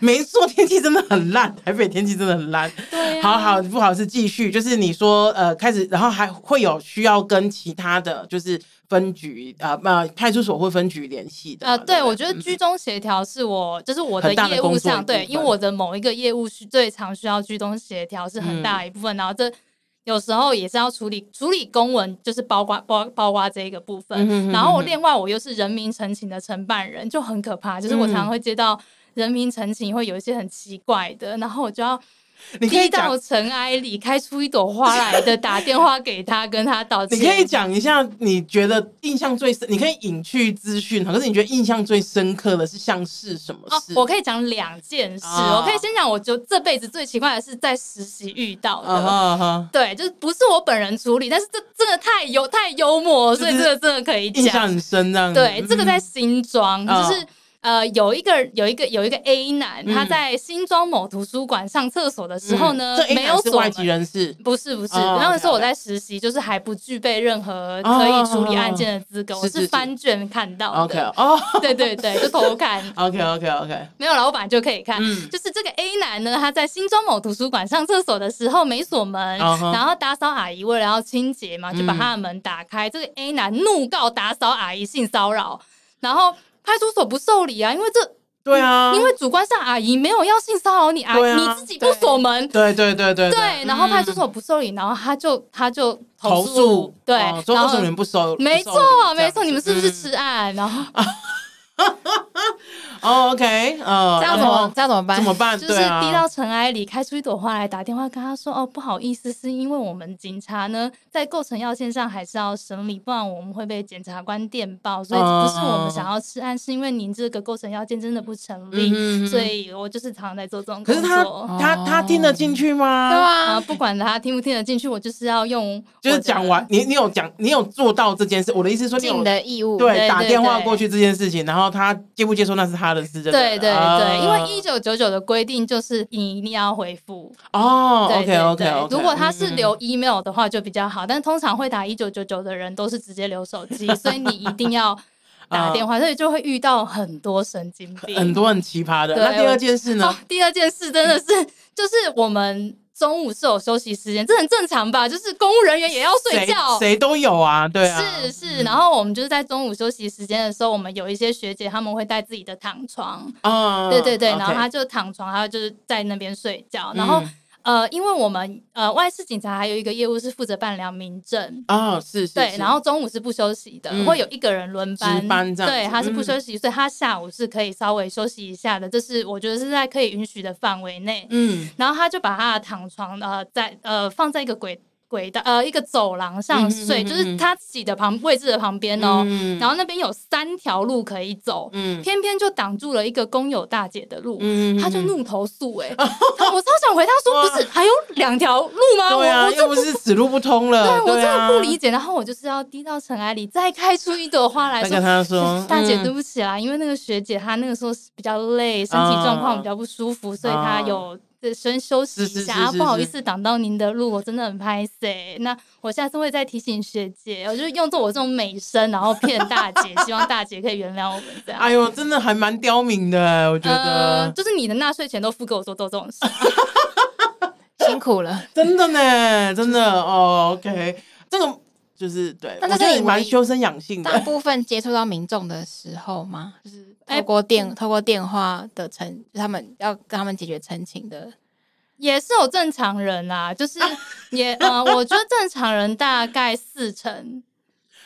S1: 没错，天气真的很烂，台北天气真的很烂。
S3: 对啊，
S1: 好好不好是继续，就是你说呃开始，然后还会有需要跟其他的就是分局呃呃派出所或分局联系的嘛。
S3: 呃，对，
S1: 不
S3: 我觉得居中协调是我，就是我的
S1: 很大的
S3: 业务
S1: 工作一
S3: 上，
S1: 部
S3: 对，
S1: 分
S3: 因为我的某一个业务是最常需要居中协调，是很
S1: 嗯
S3: 大的一部分。然后这有时候也是要处理处理公文，就是包括包包括这一个部分。
S1: 嗯哼嗯哼
S3: 然后我另外我又是人民陈情的承办人，就很可怕，就是我常常会接到人民陈情会有一些很奇怪的，然后我就要。
S1: 你可以
S3: 低
S1: 讲
S3: 到尘埃里开出一朵花来的，打电话给他，跟他道歉。
S1: 你可以讲一下你觉得印象最深，你可以隐去资讯哈，可是你觉得印象最深刻的是像是什么
S3: 哦
S1: 事？，
S3: 我可以讲两件事，
S1: 哦
S3: 我可以先讲，我就这辈子最奇怪的是在实习遇到的。
S1: 啊哈啊哈，
S3: 对，就是不是我本人处理，但是这真的太幽太幽默了，所以
S1: 就是
S3: 这个真的可以
S1: 印象
S3: 讲。
S1: 很深这样子。
S3: 对，这个在
S1: 嗯
S3: 新庄，
S1: 哦
S3: 就是呃，有一个有一个有一个 A 男，
S1: 嗯
S3: 他在新庄某图书馆上厕所的时候呢
S1: 嗯这，
S3: 没有
S1: 应该是
S3: 锁
S1: 外籍
S3: 门。
S1: 人士。
S3: 不是不是，
S1: 哦
S3: 那个时候
S1: 了
S3: 我
S1: 解
S3: 在实习，就是还不具备任何可以处理案件的资格，
S1: 哦
S3: 我
S1: 是是
S3: 是翻卷看到
S1: OK
S3: 的。
S1: 哦
S3: 对对对，就偷看。
S1: ，OK OK OK，
S3: 没有老板就可以看。
S1: 嗯
S3: 就是这个 A 男呢，他在新庄某图书馆上厕所的时候没锁门
S1: 啊哈
S3: 然后打扫阿姨为了要清洁嘛，就
S1: 嗯
S3: 把他的门打开。这个 A 男怒告打扫阿姨性骚扰，然后派出所不受理啊，因为这、
S1: 对啊，
S3: 因为主观上阿姨没有要性骚扰你阿姨，
S1: 对啊
S3: 你自己不锁门。
S1: 对对对对
S3: 对，然后派出
S1: 嗯
S3: 所不受理，然后他就他就
S1: 投诉，
S3: 对，
S1: 哦说
S3: 然
S1: 为什
S3: 后
S1: 么你们不收？
S3: 没
S1: 不收
S3: 错
S1: 礼
S3: 没错，你们是不是？
S1: 这样子
S3: 吃案？然后
S1: 嗯哦，OK，呃，
S2: 这样怎
S1: 然
S2: 么
S1: 后
S2: 这样怎么办
S1: 怎？么办？
S3: 就是
S1: 对啊
S3: 低到尘埃里开出一朵花来，打电话跟他说：“哦，不好意思，是因为我们警察呢在构成要件上还是要审理，不然我们会被检察官电报，所以
S1: 哦
S3: 不是我们想要吃案，是因为您这个构成要件真的不成立，
S1: 嗯哼
S3: 所以我就是常在做这种
S1: 可
S3: 工
S1: 是他
S3: 作。
S1: 他他听得进去吗？
S2: 对
S3: 啊，
S2: 啊，
S3: 不管他听不听得进去，我就是要用
S1: 就是
S3: 我的
S1: 讲完，你你有讲，你有做到这件事。我的意思是说，你
S2: 尽
S1: 有
S2: 的义务。
S1: 对
S3: 对
S1: 打
S3: 对
S1: 电话
S3: 对
S1: 过去这件事情，然后他接不接受那是他的事，对不
S3: 对对对，
S1: 啊
S3: 因为一九九九的规定就是你一定要回复，
S1: 哦
S3: 对
S1: ，OK
S3: 对
S1: OK
S3: 对
S1: OK，嗯
S3: 如果他是留 email 的话就比较好，但通常会打一九九九的人都是直接留手机，所以你一定要打 电话，所以就会遇到很多神经病。
S1: 啊很多很奇葩的。
S3: 对
S1: 那第二件事呢
S3: 哦，？第二件事真的是，就是我们中午是有休息时间，这很正常吧？就是公务人员也要睡
S1: 谁
S3: 觉。
S1: 谁都有啊，对啊，
S3: 是是，然后我们就是在中午休息时间的时候，我们有一些学姐她们会带自己的躺床，
S1: 啊，
S3: 对对对，然后
S1: OK
S3: 她就躺床，她就是在那边睡觉，然后
S1: 嗯
S3: 呃，因为我们呃外事警察还有一个业务是负责办良民证。
S1: 哦，是是，
S3: 对，
S1: 是
S3: 然后中午是不休息的，
S1: 嗯
S3: 会有一个人轮
S1: 值
S3: 班，
S1: 班这样子嗯
S3: 对，他是不休息，所以他下午是可以稍微休息一下的，这是我觉得是在可以允许的范围内。
S1: 嗯
S3: 然后他就把他的躺床呃在呃放在一个轨轨道呃一个走廊上
S1: 嗯
S3: 睡，
S1: 嗯嗯
S3: 就是他自己的旁位置的旁边哦，
S1: 嗯
S3: 然后那边有三条路可以走，
S1: 嗯
S3: 偏偏就挡住了一个工友大姐的路，
S1: 嗯
S3: 他就怒投诉哎、欸他我超想回他说，不是还有两条路吗？
S1: 对啊，
S3: 我我
S1: 又
S3: 这
S1: 不是死路不通了，
S3: 对我真的
S1: 啊
S3: 不理解。然后我就是要低到尘埃里再开出一朵花来
S1: 再
S3: 说
S1: 跟。他说，
S3: 大姐，
S1: 嗯
S3: 对不起啦，因为那个学姐她那个时候比较累，身体状况比较不舒服，所以她有呃先休息
S1: 啊是是
S3: 一
S1: 是
S3: 下。啊
S1: 是
S3: 不好
S1: 是
S3: 意思，挡到您的路，我真的很拍谁。那我下次会再提醒学姐，我就用着我这种美声，然后骗大姐， 希望大姐可以原谅我们这样。
S1: 哎呦，真的还蛮刁民的，我觉
S3: 呃，
S1: 得
S3: 就是你的纳税钱都付给我做做这种 事，
S2: 辛苦了。
S1: 真的呢，真的哦，OK，这个就是对，
S2: 那
S1: 我
S2: 这
S1: 觉
S2: 是
S1: 得
S2: 你
S1: 蛮
S2: 唯
S1: 修身养性
S2: 大
S1: 的。
S2: 部分接触到民众的时候嘛，就是
S3: 哎
S2: 透过电、透过电话的陈，就是他们要跟他们解决陈情的，
S3: 也是有正常人啦、就是也呃，我觉得正常人大概四成，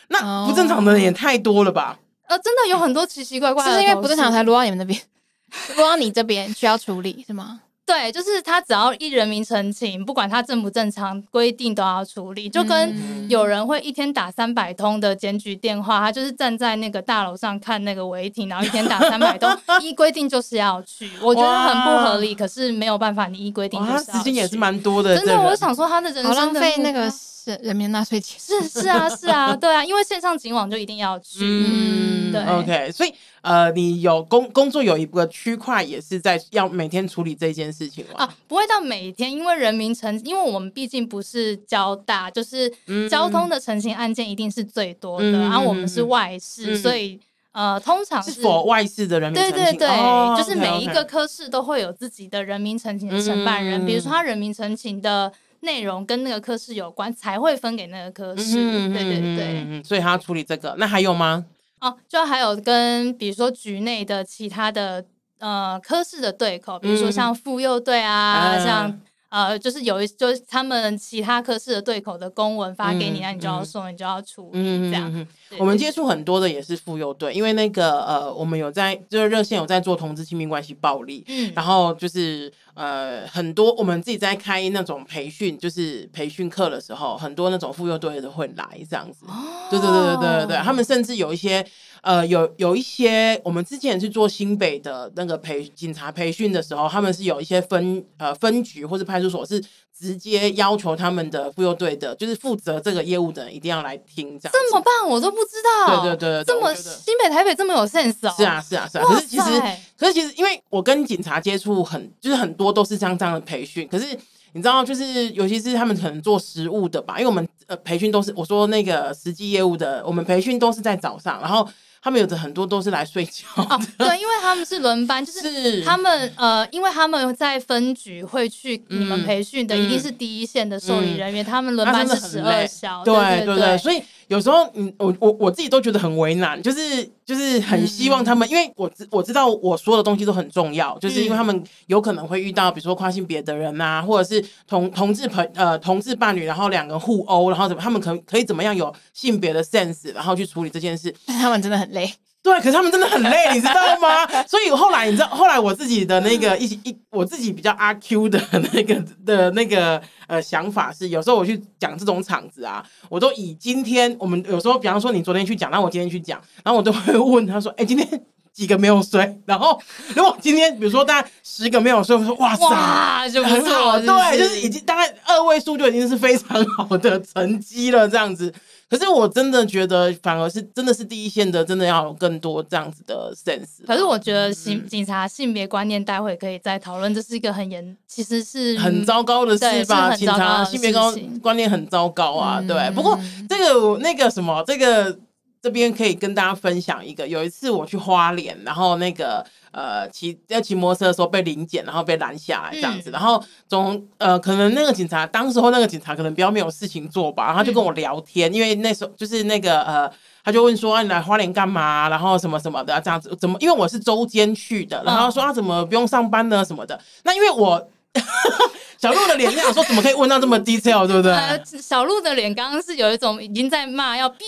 S1: 那不正常的人也太多了吧？
S3: 呃，真的有很多奇奇怪怪
S2: 是
S3: 的，
S2: 不是因为不正常才。落到你们那边， 落到你这边需要处理是吗？
S3: 对，就是他只要一人民澄清，不管他正不正常，规定都要处理，就跟。
S2: 嗯
S3: 有人会一天打三百通的检举电话，他就是站在那个大楼上看那个违停，然后一天打三 百通，依规定就是要去，我觉得很不合理，可是没有办办法，你依规定
S1: 哇，他
S3: 就是
S1: 时
S3: 要去。
S1: 间也是蛮多的，
S3: 真
S1: 这
S3: 的，
S1: 人
S3: 我想说他的人生
S2: 好浪
S3: 的
S2: 费
S3: 目
S2: 那个
S3: 标
S2: 是人民纳税钱，
S3: 是是啊是啊，对啊，因为线上警网就一定要去。
S1: 嗯，
S3: 对
S1: OK，所以呃，你有工工作有一个区块也是在要每天处理这件事情吗？
S3: 啊，不会到每天，因为人民成，因为我们毕竟不是交大，就是交通的成型案件一定是最多的，
S1: 嗯
S3: 然后我们是外事，
S1: 嗯
S3: 所以呃，通常
S1: 是
S3: 是
S1: 否外事的人民
S3: 对
S1: 诚信
S3: 对对，
S1: 哦
S3: 就是每一
S1: OK，OK
S3: 个科室都会有自己的人民陈情的承办人，
S1: 嗯
S3: 比如说他人民陈情的内容跟那个科室有关，才会分给那个科室。
S1: 嗯
S3: 对对对，
S1: 嗯嗯嗯所以他要处理这个，那还有吗？
S3: 哦，就还有跟比如说局内的其他的呃科室的对口，比如说
S1: 嗯
S3: 像妇幼队啊，
S1: 嗯
S3: 像呃就是有一就是他们其他科室的对口的公文发给你，
S1: 嗯
S3: 那你就要
S1: 嗯
S3: 送，你就要处理、
S1: 嗯，
S3: 这样。
S1: 嗯嗯嗯
S3: 对
S1: 我们
S3: 对
S1: 接触很多的也是妇幼队，因为那个呃，我们有在就是热线有在做同志亲密关系暴力，
S3: 嗯
S1: 然后就是呃，很多我们自己在开那种培训，就是培训课的时候，很多那种妇幼队的会来这样
S3: 哦
S1: 子。对对对对对对对，他们甚至有一些呃，有有一些我们之前是做新北的那个培警察培训的时候，他们是有一些分呃分局或是派出所是直接要求他们的妇幼队的，就是负责这个业务的人一定要来听这样子。
S3: 这么棒，我都不知道。
S1: 对对对对对
S3: 这么
S1: 我觉得
S3: 新北台北这么有 sense 哦。
S1: 是啊，，是啊，是啊。
S3: 哇
S1: 可是其实
S3: 塞，
S1: 可是其实，因为我跟警察接触很，就是很多都是像这样的培训。可是你知道，就是尤其是他们可能做实务的吧，因为我们呃培训都是我说那个实际业务的，我们培训都是在早上，然后他们有的很多都是来睡觉的。
S3: 对，因为他们是轮班，就是
S1: 是
S3: 哦他们呃，因为他们在分局会去你们
S1: 嗯
S3: 培训的，
S1: 嗯
S3: 一定是第一线的受理人员，他们轮
S1: 那
S3: 班
S1: 真的
S3: 是
S1: 很
S3: 十
S1: 累
S3: 二小，
S1: 对
S3: 对
S1: 对
S3: 对，
S1: 所以有时候，嗯，我我我自己都觉得很为难，就是就是很希望他们，因为我知我知道我说的东西都很重要，
S3: 嗯
S1: 就是因为他们有可能会遇到，比如说跨性别的人啊，或者是同同志朋呃同志伴侣，然后两个人互殴，然后怎么他们可可以怎么样有性别的 sense，然后去处理这件事，
S2: 但他们真的很 累。
S1: 对，可是他们真的很累，你知道吗？ 所以后来你知道，后来我自己的那个一一我自己比较阿 Q 的那个的那个呃想法是，有时候我去讲这种场子啊，我都以今天我们有时候，比方说你昨天去讲，然后我今天去讲，然后我都会问他说：“哎、今天几个没有睡？”然后如果今天比如说大家十个没有睡，我说：“哇塞！”
S3: 哇， 就不
S1: 很
S3: 错，
S1: 好，
S3: 是不
S1: 对，就是已经大概二位数就已经是非常好的成绩了，这样子。可是我真的觉得，反而是真的是第一线的，真的要有更多这样子的 sense。
S3: 可是我觉得
S1: 嗯
S3: 警警察性别观念待会可以再讨论，这是一个很严，其实是
S1: 很糟糕的
S3: 对
S1: 事
S3: 是
S1: 吧？
S3: 很
S1: 警
S3: 糟糕
S1: 察
S3: 的
S1: 性别
S3: 事
S1: 高
S3: 情
S1: 观念很糟糕啊，
S2: 嗯
S1: 对。不过这个我那个什么，这个这边可以跟大家分享一个，有一次我去花莲，然后那个呃骑要骑摩托车的时候被临检，然后被拦下来这样子，
S3: 嗯
S1: 然后总呃可能那个警察当时候那个警察可能比较没有事情做
S3: 嗯
S1: 吧，然后他就跟我聊天，因为那时候就是那个呃。他就问说：“啊，你来花莲干嘛？然后什么什么的，啊这样子怎么？因为我是周间去的，然后
S3: 嗯
S1: 说啊，怎么不用上班呢？什么的。那因为我小鹿的脸那样说，怎么可以问到这么 detail，对不对？
S3: 呃，小鹿的脸刚刚是有一种已经在骂 要逼，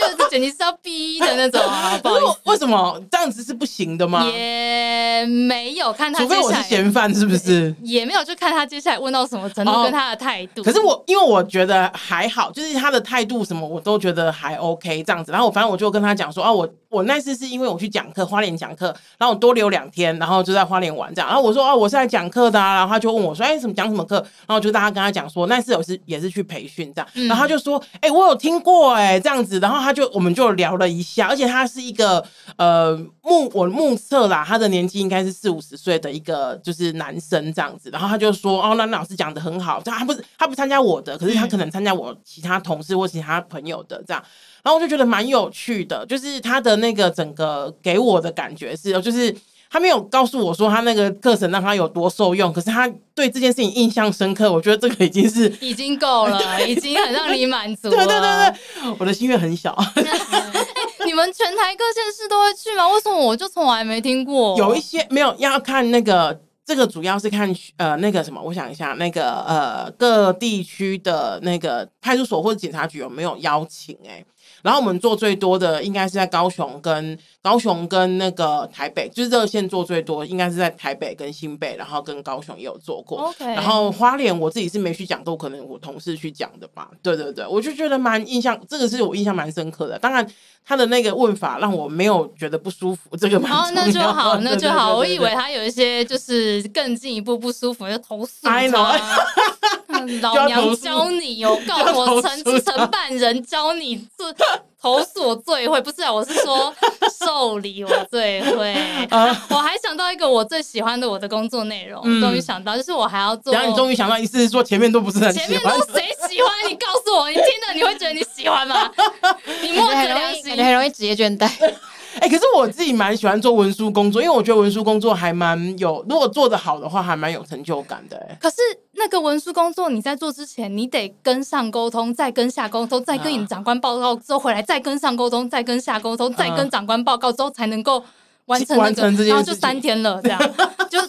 S3: 就是简直是要逼的那种啊，不
S1: 可
S3: 好
S1: 是
S3: 意
S1: 我为什么这样子是不行的吗
S3: 思，？也没有看他
S1: 除非
S3: 接
S1: 我
S3: 下
S1: 是
S3: 来
S1: 嫌犯，是不是？
S3: 也没有就看他接下来问到什么程
S1: 哦
S3: 度跟他的态度。
S1: 可是我因为我觉得还好，就是他的态度什么我都觉得还 OK 这样子。然后我反正我就跟他讲说啊，我我那次是因为我去讲课，花莲讲课，然后我多留两天，然后就在花莲玩这样。然后我说啊，我是来讲课的、啊，然后他就问我说，哎、什么讲什么课？然后我就大家跟他讲说，那次我是也是去培训这样。然后他就说，哎、我有听过哎、这样子。然后他就我们就聊了一下，而且他是一个呃目我目测啦，他的年纪应该是四五十岁的一个就是男生这样子。然后他就说，哦，那老师讲的很好，他他不是他不参加我的，可是他可能参加我其他同事或其他朋友的这样。然后我就觉得蛮有趣的，就是他的那个整个给我的感觉是，哦就是他没有告诉我说他那个课程让他有多受用，可是他对这件事情印象深刻，我觉得这个已经是。
S3: 已经够 了，已经很让你满足了。哎
S1: 对对对 对，我的心愿很小，
S3: 你们全台各县市都会去吗？为什么我就从来没听过？
S1: 有一些没有要看那个，这个主要是看呃那个什么，我想一下，那个呃各地区的那个派出所或者警察局有没有邀请哎、欸然后我们做最多的应该是在高雄跟高雄跟那个台北，就是热线做最多，应该是在台北跟新北，然后跟高雄也有做过。
S3: OK，
S1: 然后花莲我自己是没去讲过，可能我同事去讲的吧。对对对，我就觉得蛮印象，这个是我印象蛮深刻的。当然，他的那个问法让我没有觉得不舒服， 这个蛮
S3: 哦，那
S1: 重
S3: 就
S1: 要
S3: 好，
S1: 的
S3: 那
S1: 对
S3: 就
S1: 对
S3: 好。
S1: 对
S3: 我
S1: 对
S3: 以
S1: 对
S3: 为他有一些就是更进一步不舒服，就投诉
S1: I
S3: 他。嗯老
S1: 要投
S3: 娘
S1: 诉
S3: 教你哦，告
S1: 要投
S3: 我
S1: 诉
S3: 承承办人教你做投诉我最会，不是啊，我是说受理我最 会。啊我还想到一个我最喜欢的我的工作内容，
S1: 嗯
S3: 终于想到，就是我还要做
S1: 然后你终于想到一次是说前面都不是很
S3: 前
S1: 喜
S3: 面
S1: 欢，
S3: 都谁喜欢？你告诉我，你听了你会觉得你喜欢 吗？你摸着
S2: 很
S3: 良
S2: 容易，
S3: 心
S2: 感觉，很容易职业倦怠。
S1: 哎、可是我自己蛮喜欢做文书工作，因为我觉得文书工作还蛮有，如果做得好的话，还蛮有成就感的、哎
S3: 可是那个文书工作，你在做之前，你得跟上沟通，再跟下沟通，再跟
S1: 啊
S3: 你长官报告之后回来，再跟上沟通，再跟下沟通，再跟长官报告之后才能够完成、那个、
S1: 完成这件
S3: 然后就
S1: 事情
S3: 三天了，这样就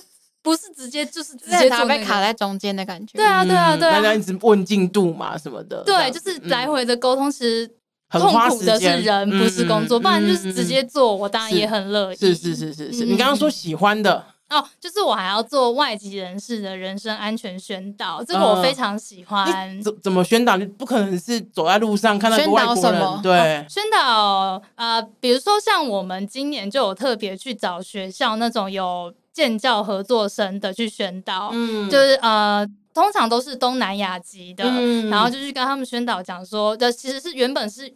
S3: 不是直接就是 直
S2: 直接
S3: 接
S2: 拿
S3: 做那
S2: 被
S3: 个
S2: 卡在中间的感觉。
S3: 对啊，对啊，对
S1: 大家
S3: 啊
S1: 嗯一，直问进度嘛什么的，这
S3: 对，
S1: 样
S3: 就
S1: 子
S3: 是
S1: 嗯
S3: 来回的沟通，其实
S1: 很
S3: 痛
S1: 花
S3: 苦
S1: 时
S3: 的是
S1: 间
S3: 人，
S1: 嗯
S3: 不是工作，
S1: 嗯
S3: 不然就
S1: 嗯
S3: 是
S1: 嗯
S3: 直接做，我当然
S1: 是
S3: 也很乐意。
S1: 是是是是是，
S3: 嗯
S1: 你刚刚说喜欢的，
S3: 哦，就是我还要做外籍人士的人身安全宣导，这个我
S1: 嗯
S3: 非常喜欢。
S1: 你怎怎么宣导？你不可能是走在路上看到一个
S2: 宣
S1: 外
S2: 导
S1: 国
S2: 什么
S1: 人，对，
S3: 宣导呃，比如说像我们今年就有特别去找学校那种有建教合作生的去宣导，
S1: 嗯
S3: 哦就是呃，通常都是东南亚籍的，
S1: 嗯
S3: 然后就去跟他们宣导讲说，这其实是原本是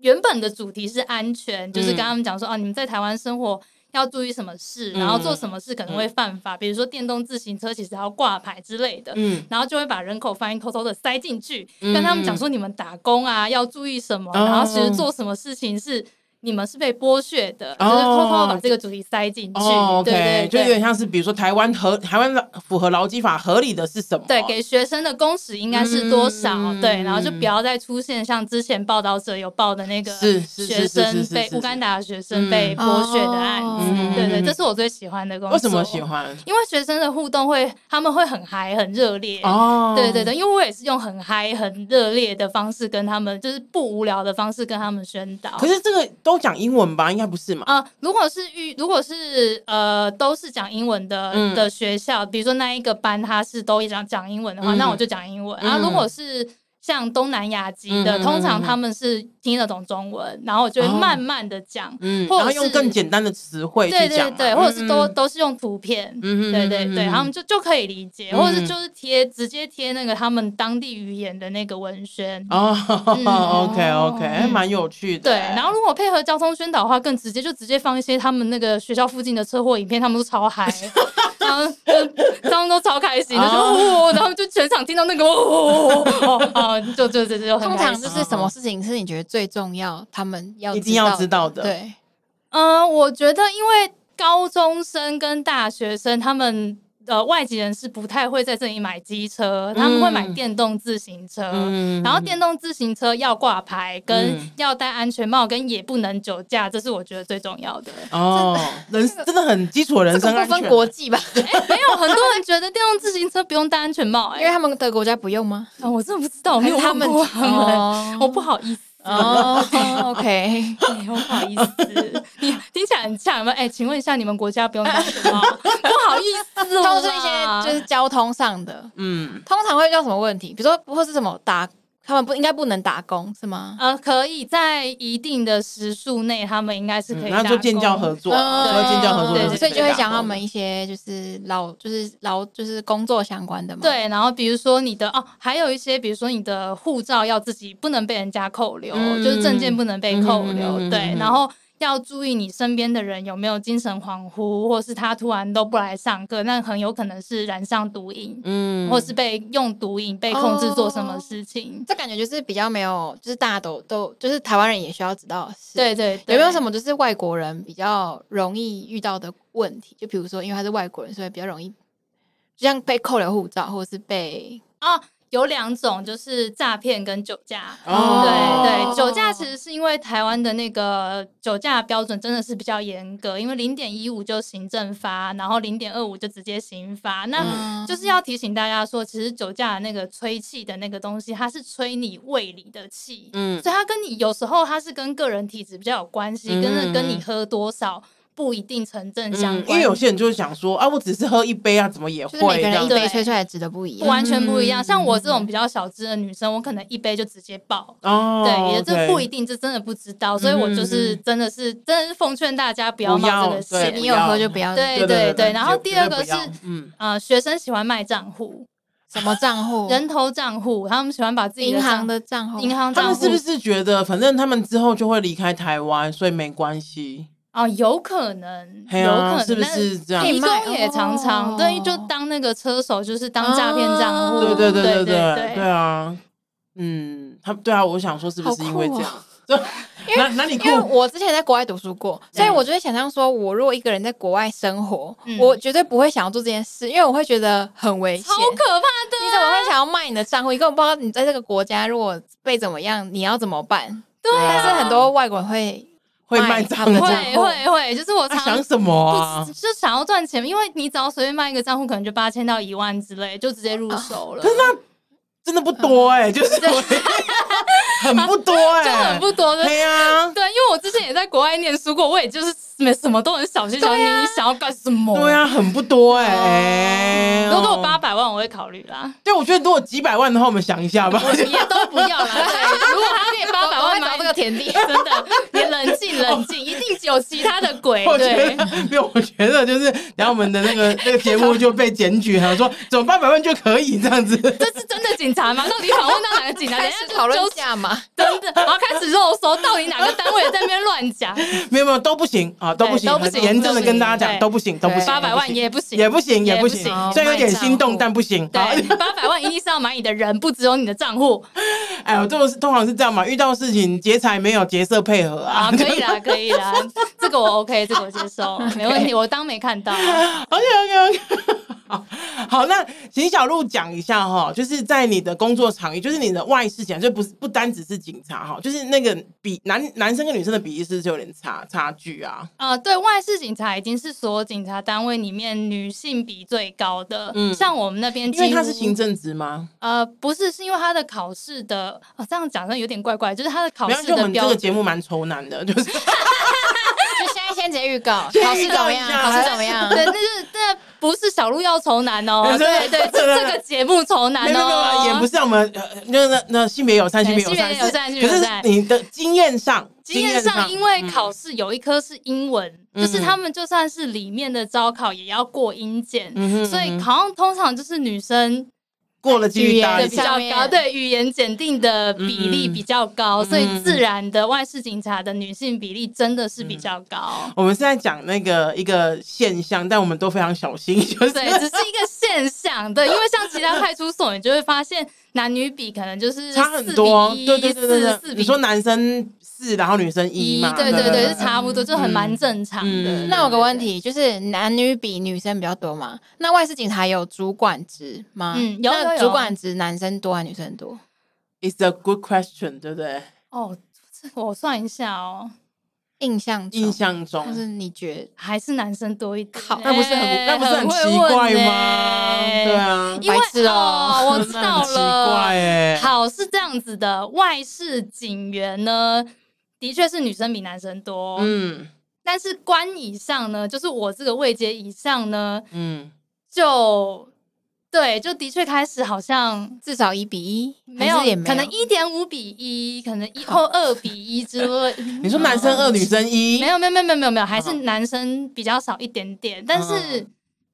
S3: 原本的主题是安
S1: 嗯
S3: 全，就是跟他们讲说，哦、你们在台湾生活。要注意什么事，
S1: 嗯
S3: 然后做什么事可能会犯法，比如说电动自行车其实要挂牌之类的。
S1: 嗯
S3: 然后就会把人口翻译偷偷的塞进去，
S1: 嗯
S3: 跟他们讲说你们打工啊要注意什么，
S1: 哦
S3: 然后其实做什么事情是你们是被剥削的，
S1: 哦
S3: 就是偷偷地把这个主题塞进去，
S1: 哦
S3: 对
S1: ，OK，
S3: 对
S1: 就有
S3: 对
S1: 点像是比如说台湾合台湾符合劳基法合理的是什么？
S3: 对，给学生的工时应该是多少？
S1: 嗯
S3: 对，然后就不要再出现像之前报道者有报的那个
S1: 是是是
S3: 学
S1: 是是
S3: 生
S1: 是
S3: 被
S1: 是
S3: 乌干达的学生被剥削的案子，
S1: 嗯
S3: 对对，
S1: 嗯
S3: 这是我最喜欢的工作。
S1: 为什么喜？欢？
S3: 因为学生的互动会，他们会很嗨，很热烈。
S1: 哦，
S3: 对对对，因为我也是用很嗨、很热烈的方式跟他们，就是不无聊的方式跟他们宣导。
S1: 可是这个都讲英文吧？应该不是嘛？
S3: 呃，如果是遇，如果是呃，都是讲英文的、
S1: 嗯
S3: 的学校，比如说那一个班他是都讲讲英文的话，
S1: 嗯
S3: 那我就讲英文。
S1: 嗯
S3: 然后如果是像东南亚籍
S1: 嗯嗯
S3: 的，
S1: 嗯
S3: 通
S1: 嗯
S3: 常
S1: 嗯
S3: 他们是听得懂中文，然后我就会
S1: 哦
S3: 慢慢的讲，
S1: 嗯，
S3: 或
S1: 然后
S3: 者
S1: 用
S3: 是
S1: 更简单的词汇
S3: 对
S1: 去讲嘛，
S3: 对对，或者是都、
S1: 嗯
S3: 都是用图片，
S1: 嗯
S3: 对对对，他们就就可以理解，或者
S1: 嗯
S3: 是就是贴直接贴那个他们当地语言的那个文宣。
S1: 哦，OK OK，
S2: 嗯
S1: 还蛮有趣的。
S3: 对，然后如果配合交通宣导的话，更直接，就直接放一些他们那个学校附近的车祸影片，他们都超嗨，然后就他们都超开心，就说
S1: 哦
S3: 哦，然后就全场听到那个哦哦哦，就就就就很
S2: 通
S3: 开
S2: 常
S3: 心
S2: 就。是什么事情是你觉得最重要，他们要
S1: 一定要知
S2: 道
S1: 道的，
S2: 的。对，
S3: 嗯，我觉得因为高中生跟大学生他们。呃，外籍人士不太会在这里买机车，他们会买
S1: 嗯
S3: 电动自行车。
S1: 嗯
S3: 然后电动自行车要挂牌，跟
S1: 嗯
S3: 要戴安全帽，跟也不能酒驾，这是我觉得最重要的。
S1: 哦，人真的很基础的人
S2: 这
S1: 生
S2: 个
S1: 安
S2: 不分
S1: 全。
S2: 国际吧，
S3: 没有很多人觉得电动自行车不用戴安全帽、
S2: 因为
S3: 哎、
S2: 他们的国家不用吗？
S3: 啊我真的不知道，我没有
S2: 还是他
S3: 问
S2: 们
S3: 过他们，
S2: 哦
S3: 我不好意思。
S2: 哦 ，OK，
S3: 哎我不好意思，你听起来很呛，有没有？哎、请问一下，你们国家不用戴安 全帽？不好意思哦，
S2: 都是一些
S1: 啊
S2: 就是交通上的，
S1: 嗯，
S2: 通常会遇到什么问题？比如说或是什么打，他们不应该不能打工是吗？
S3: 呃，可以在一定的时数内，他们应该是可以、
S1: 然后做嗯啊建教合。作，然后建教合作
S3: 对
S1: 的
S3: 对
S1: 是
S2: 嗯所以就会
S1: 最大
S2: 讲
S1: 的
S2: 他们一些就是劳就是劳就是工作相关的嘛。，
S3: 对，然后比如说你的哦，还有一些，比如说你的护照要自己不能被人家扣留，
S1: 嗯
S3: 就是证件不能被扣
S1: 嗯
S3: 留，
S1: 嗯嗯嗯嗯
S3: 对，
S1: 嗯
S3: 然后要注意你身边的人有没有精神恍惚，或是他突然都不来上课，那很有可能是染上毒瘾，
S1: 嗯，哦
S3: 或是被用毒瘾被控制做什么事情。
S2: 这感觉就是比较没有，就是大家都都就是台湾人也需要知道的事。
S3: 对对对，
S2: 有没有什么就是外国人比较容易遇到的问题？就比如说，因为他是外国人，所以比较容易，就像被扣留护照，或者是被
S3: 啊？有两种，就是诈骗跟酒驾。
S1: 哦
S3: 对对，酒驾其
S2: 实
S3: 实是因为台湾的那个酒驾标准真的是比较严格，因为零点一五就行政罚，然后零点二五就直接刑罚。
S1: 嗯
S3: 那就是要提醒大家说，其实酒驾的那个吹气的那个东西，它是吹你胃里的气，
S1: 嗯
S3: 所以它跟你有时候它是跟个人体质比较有关系，
S1: 嗯
S3: 跟那跟你喝多少不一定成正相
S1: 嗯，因为
S3: 关。
S1: 有些人就是想说啊，我只是喝一杯啊，怎么也
S2: 就
S1: 会
S2: 是每
S1: 这
S2: 个人
S1: 样
S2: 一
S1: 子
S3: 对
S2: 杯吹出来的值得不一样。
S3: 完全不一样，
S1: 嗯
S3: 像我这种比较小资的女生，我可能一杯就直接爆，
S1: 哦，
S3: 对，也这
S1: OK
S3: 不一定，这真的不知道，所以我就是
S1: 嗯嗯
S3: 真的是真的是奉劝大家不要
S1: 不要
S3: 冒这个
S1: 对
S3: 险
S2: 你。有喝就不要，
S3: 对
S1: 对
S3: 对对然后
S1: 绝
S3: 第二
S1: 对
S3: 个
S1: 不要
S3: 是
S1: 嗯
S3: 呃，学生喜欢卖账户，
S2: 什么账户？
S3: 人头账户，他们喜欢把自己
S2: 银
S3: 账
S2: 行的账户？
S3: 银行
S1: 他
S3: 账
S1: 们
S3: 户
S1: 是不是觉得反正他们之后就会离开台湾，所以没关系？
S3: 啊，有可能，
S1: 嘿
S3: 有
S1: 啊
S3: 可能
S1: 是不
S3: 但
S1: 是这样
S3: 义
S2: 卖
S3: 工也常常、
S2: 哦
S3: 对，就当那个车手，就是当诈骗账户，
S2: 哦
S1: 对对对对
S3: 对对
S1: 对啊，嗯，他对啊，我想说是不是因为这样？
S3: 哦
S1: 对，哪哪里酷
S2: 因？为我之前在国外读书过，所以我就会想象说，我如果一个人在国外生活，
S3: 嗯
S2: 我绝对不会想要做这件事，因为我会觉得很危险。
S3: 超可怕的
S2: 你，怎么会想要卖你的账户？你根本不知道你在这个国家如果被怎么样，你要怎么办？
S3: 啊
S2: 对、但是很多外国人会
S1: 会卖
S2: 他
S1: 账
S2: 们
S1: 户
S2: 的账？
S3: 会会会，就是我
S1: 他
S3: 常
S1: 想什么啊
S3: 不？就想要赚钱，因为你只要随便卖一个账户，可能就八千到一万之类，就直接
S2: 哦
S3: 入手了，
S1: 可是那真的不多哎、 就是我 很不多哎、
S3: 嗯就很不多的。
S1: 对啊，
S3: 对，因为我之前也在国外念书过，我也就是没什么都很小心小心，你想要干什么？
S1: 啊对啊，很不多哎、
S3: 如果我八，百万，我会考虑 啦。
S1: 对，我觉得如果几百万的话，我们想一下吧。
S3: 也都不要了。对， 如果他给八百
S2: 我
S3: 万
S2: 会
S3: 买
S2: 找这个田地。
S3: 真的，你冷静冷静，一定有其他的鬼。
S1: 我觉
S3: 对
S1: 得，没有，我觉得就是，然后我们的那个那个节目就被检举，好像说怎么八百万就可以这样子，
S3: 这是真的警察吗？到底访问到哪个警察？
S2: 开
S3: 等
S2: 始
S3: 下
S2: 讨论
S3: 就
S2: 价嘛，
S3: 真的，然后开始肉搜，到底哪个单位在那边乱讲？
S1: 没有没有都不行啊，都不行，
S3: 对都不
S1: 还是
S3: 行
S1: 严正的
S3: 都不行
S1: 跟大家讲，
S3: 对
S1: 都不行，都不行，
S2: 对
S3: 八百万也
S1: 也
S3: 不行，
S1: 也不行，也不行
S3: 也不行，
S1: 虽然有点心
S2: 卖账户
S1: 动，但不行。好
S3: 对，八百万一定是要买你的人，不只有你的账户
S1: 哎呦，这种是通常是这样嘛，遇到事情劫财没有劫色配合
S3: 啊！
S1: 啊，
S3: 可以啦，可以啦，这个我 OK，这个我接 受，没问题，我当没看到。啊
S1: OK OK OK，好， 好，那请小鹿讲一下哈，就是在你的工作场域，就是你的外事情，就不是不单只是警察哈，就是那个比男男生跟女生的比例是不是有点差差距啊？
S3: 呃，对外事警察已经是所有警察单位里面女性比最高的，
S1: 嗯
S3: 像我们那边
S1: 因为
S3: 几
S1: 他
S3: 乎
S1: 是行政职吗？
S3: 呃，不是，是因为他的考试的，哦，这样讲真的有点怪怪，就是他的考
S1: 没有，
S3: 试
S1: 就我
S3: 的
S1: 们这
S3: 标
S1: 个
S3: 准。
S1: 节目蛮愁男的，就是
S2: 就现在先直接预 告，
S1: 先
S2: 考试
S1: 预告
S2: 怎么
S1: 一
S2: 样？
S1: 下，
S2: 考试怎么样？
S3: 对，那是那不是小鹿要愁男哦 对对，
S1: 真的
S3: 这这个节目愁男
S1: 没有没有没
S3: 哦，
S1: 有，也不是让我们呃，那那那性别友善，性
S3: 对
S1: 别友善，
S3: 性别友善
S1: 是
S3: 性别友
S1: 可
S3: 善
S1: 是你的经验上，
S3: 经验上，因为考试有一科是英文，
S1: 嗯
S3: 就是他们就算是里面的招考也要过英检，
S1: 嗯哼
S3: 所以
S1: 嗯哼
S3: 好像通常就是女生
S1: 过了几
S2: 语
S1: 率
S2: 言
S1: 大
S3: 的
S1: 一
S2: 对
S1: 些，
S3: 比较
S2: 上
S3: 高，
S2: 面
S3: 对语言检定的比例
S1: 嗯
S3: 比较高，所以
S1: 嗯
S3: 自然的外事警察的女性比例真的是比较 高。
S1: 我们是在讲那个一个现象，但我们都非常小心，就是
S3: 对，只是一个现象，对，因为像其他派出所，你就会发现男女比可能就是
S1: 差很
S3: 4
S1: 多，
S3: 比一
S1: 对对对对
S3: 四
S1: 对。
S3: 四
S1: 你
S3: 比
S1: 说男生四，然后女生一
S3: 一
S1: 嘛？，
S3: 对对对，是差不多，就很蛮正常的
S1: 嗯。
S2: 那有个问题，
S3: 题。
S2: 就是男女比女生比较多嘛？那外事警察有主管职吗？
S3: 嗯有有
S2: 那
S3: 有
S2: 主管职男生多还是女生多？
S1: It's a good question，对不对？
S3: 哦，这个我算一下哦，
S2: 印象中
S1: 印象中
S2: 就是你觉
S3: 还是男生多一点。
S2: 靠
S1: 那不是很
S3: 欸
S1: 那不是
S3: 很会
S1: 奇
S3: 问
S1: 怪吗？
S3: 欸
S1: 对啊，
S3: 因为
S2: 白痴哦
S3: 哦我 知
S1: 真的
S3: 道
S1: 很奇怪
S3: 了。
S1: 哎。
S3: 好，是这样子的，外事警员呢，的确是女生比男生多，
S1: 嗯
S3: 但是官以上呢，就是我这个位阶以上呢，
S1: 嗯，
S3: 就对，就的确开始好像
S2: 至少一比一，
S3: 没有，
S2: 还是也没有
S3: 可能一点五比一，可能一或二比一之类。
S1: 你说男生二，女生一
S3: 嗯没，有没有没有没有没有没有，还是
S1: 嗯
S3: 男生比较少一点点，但是、
S1: 嗯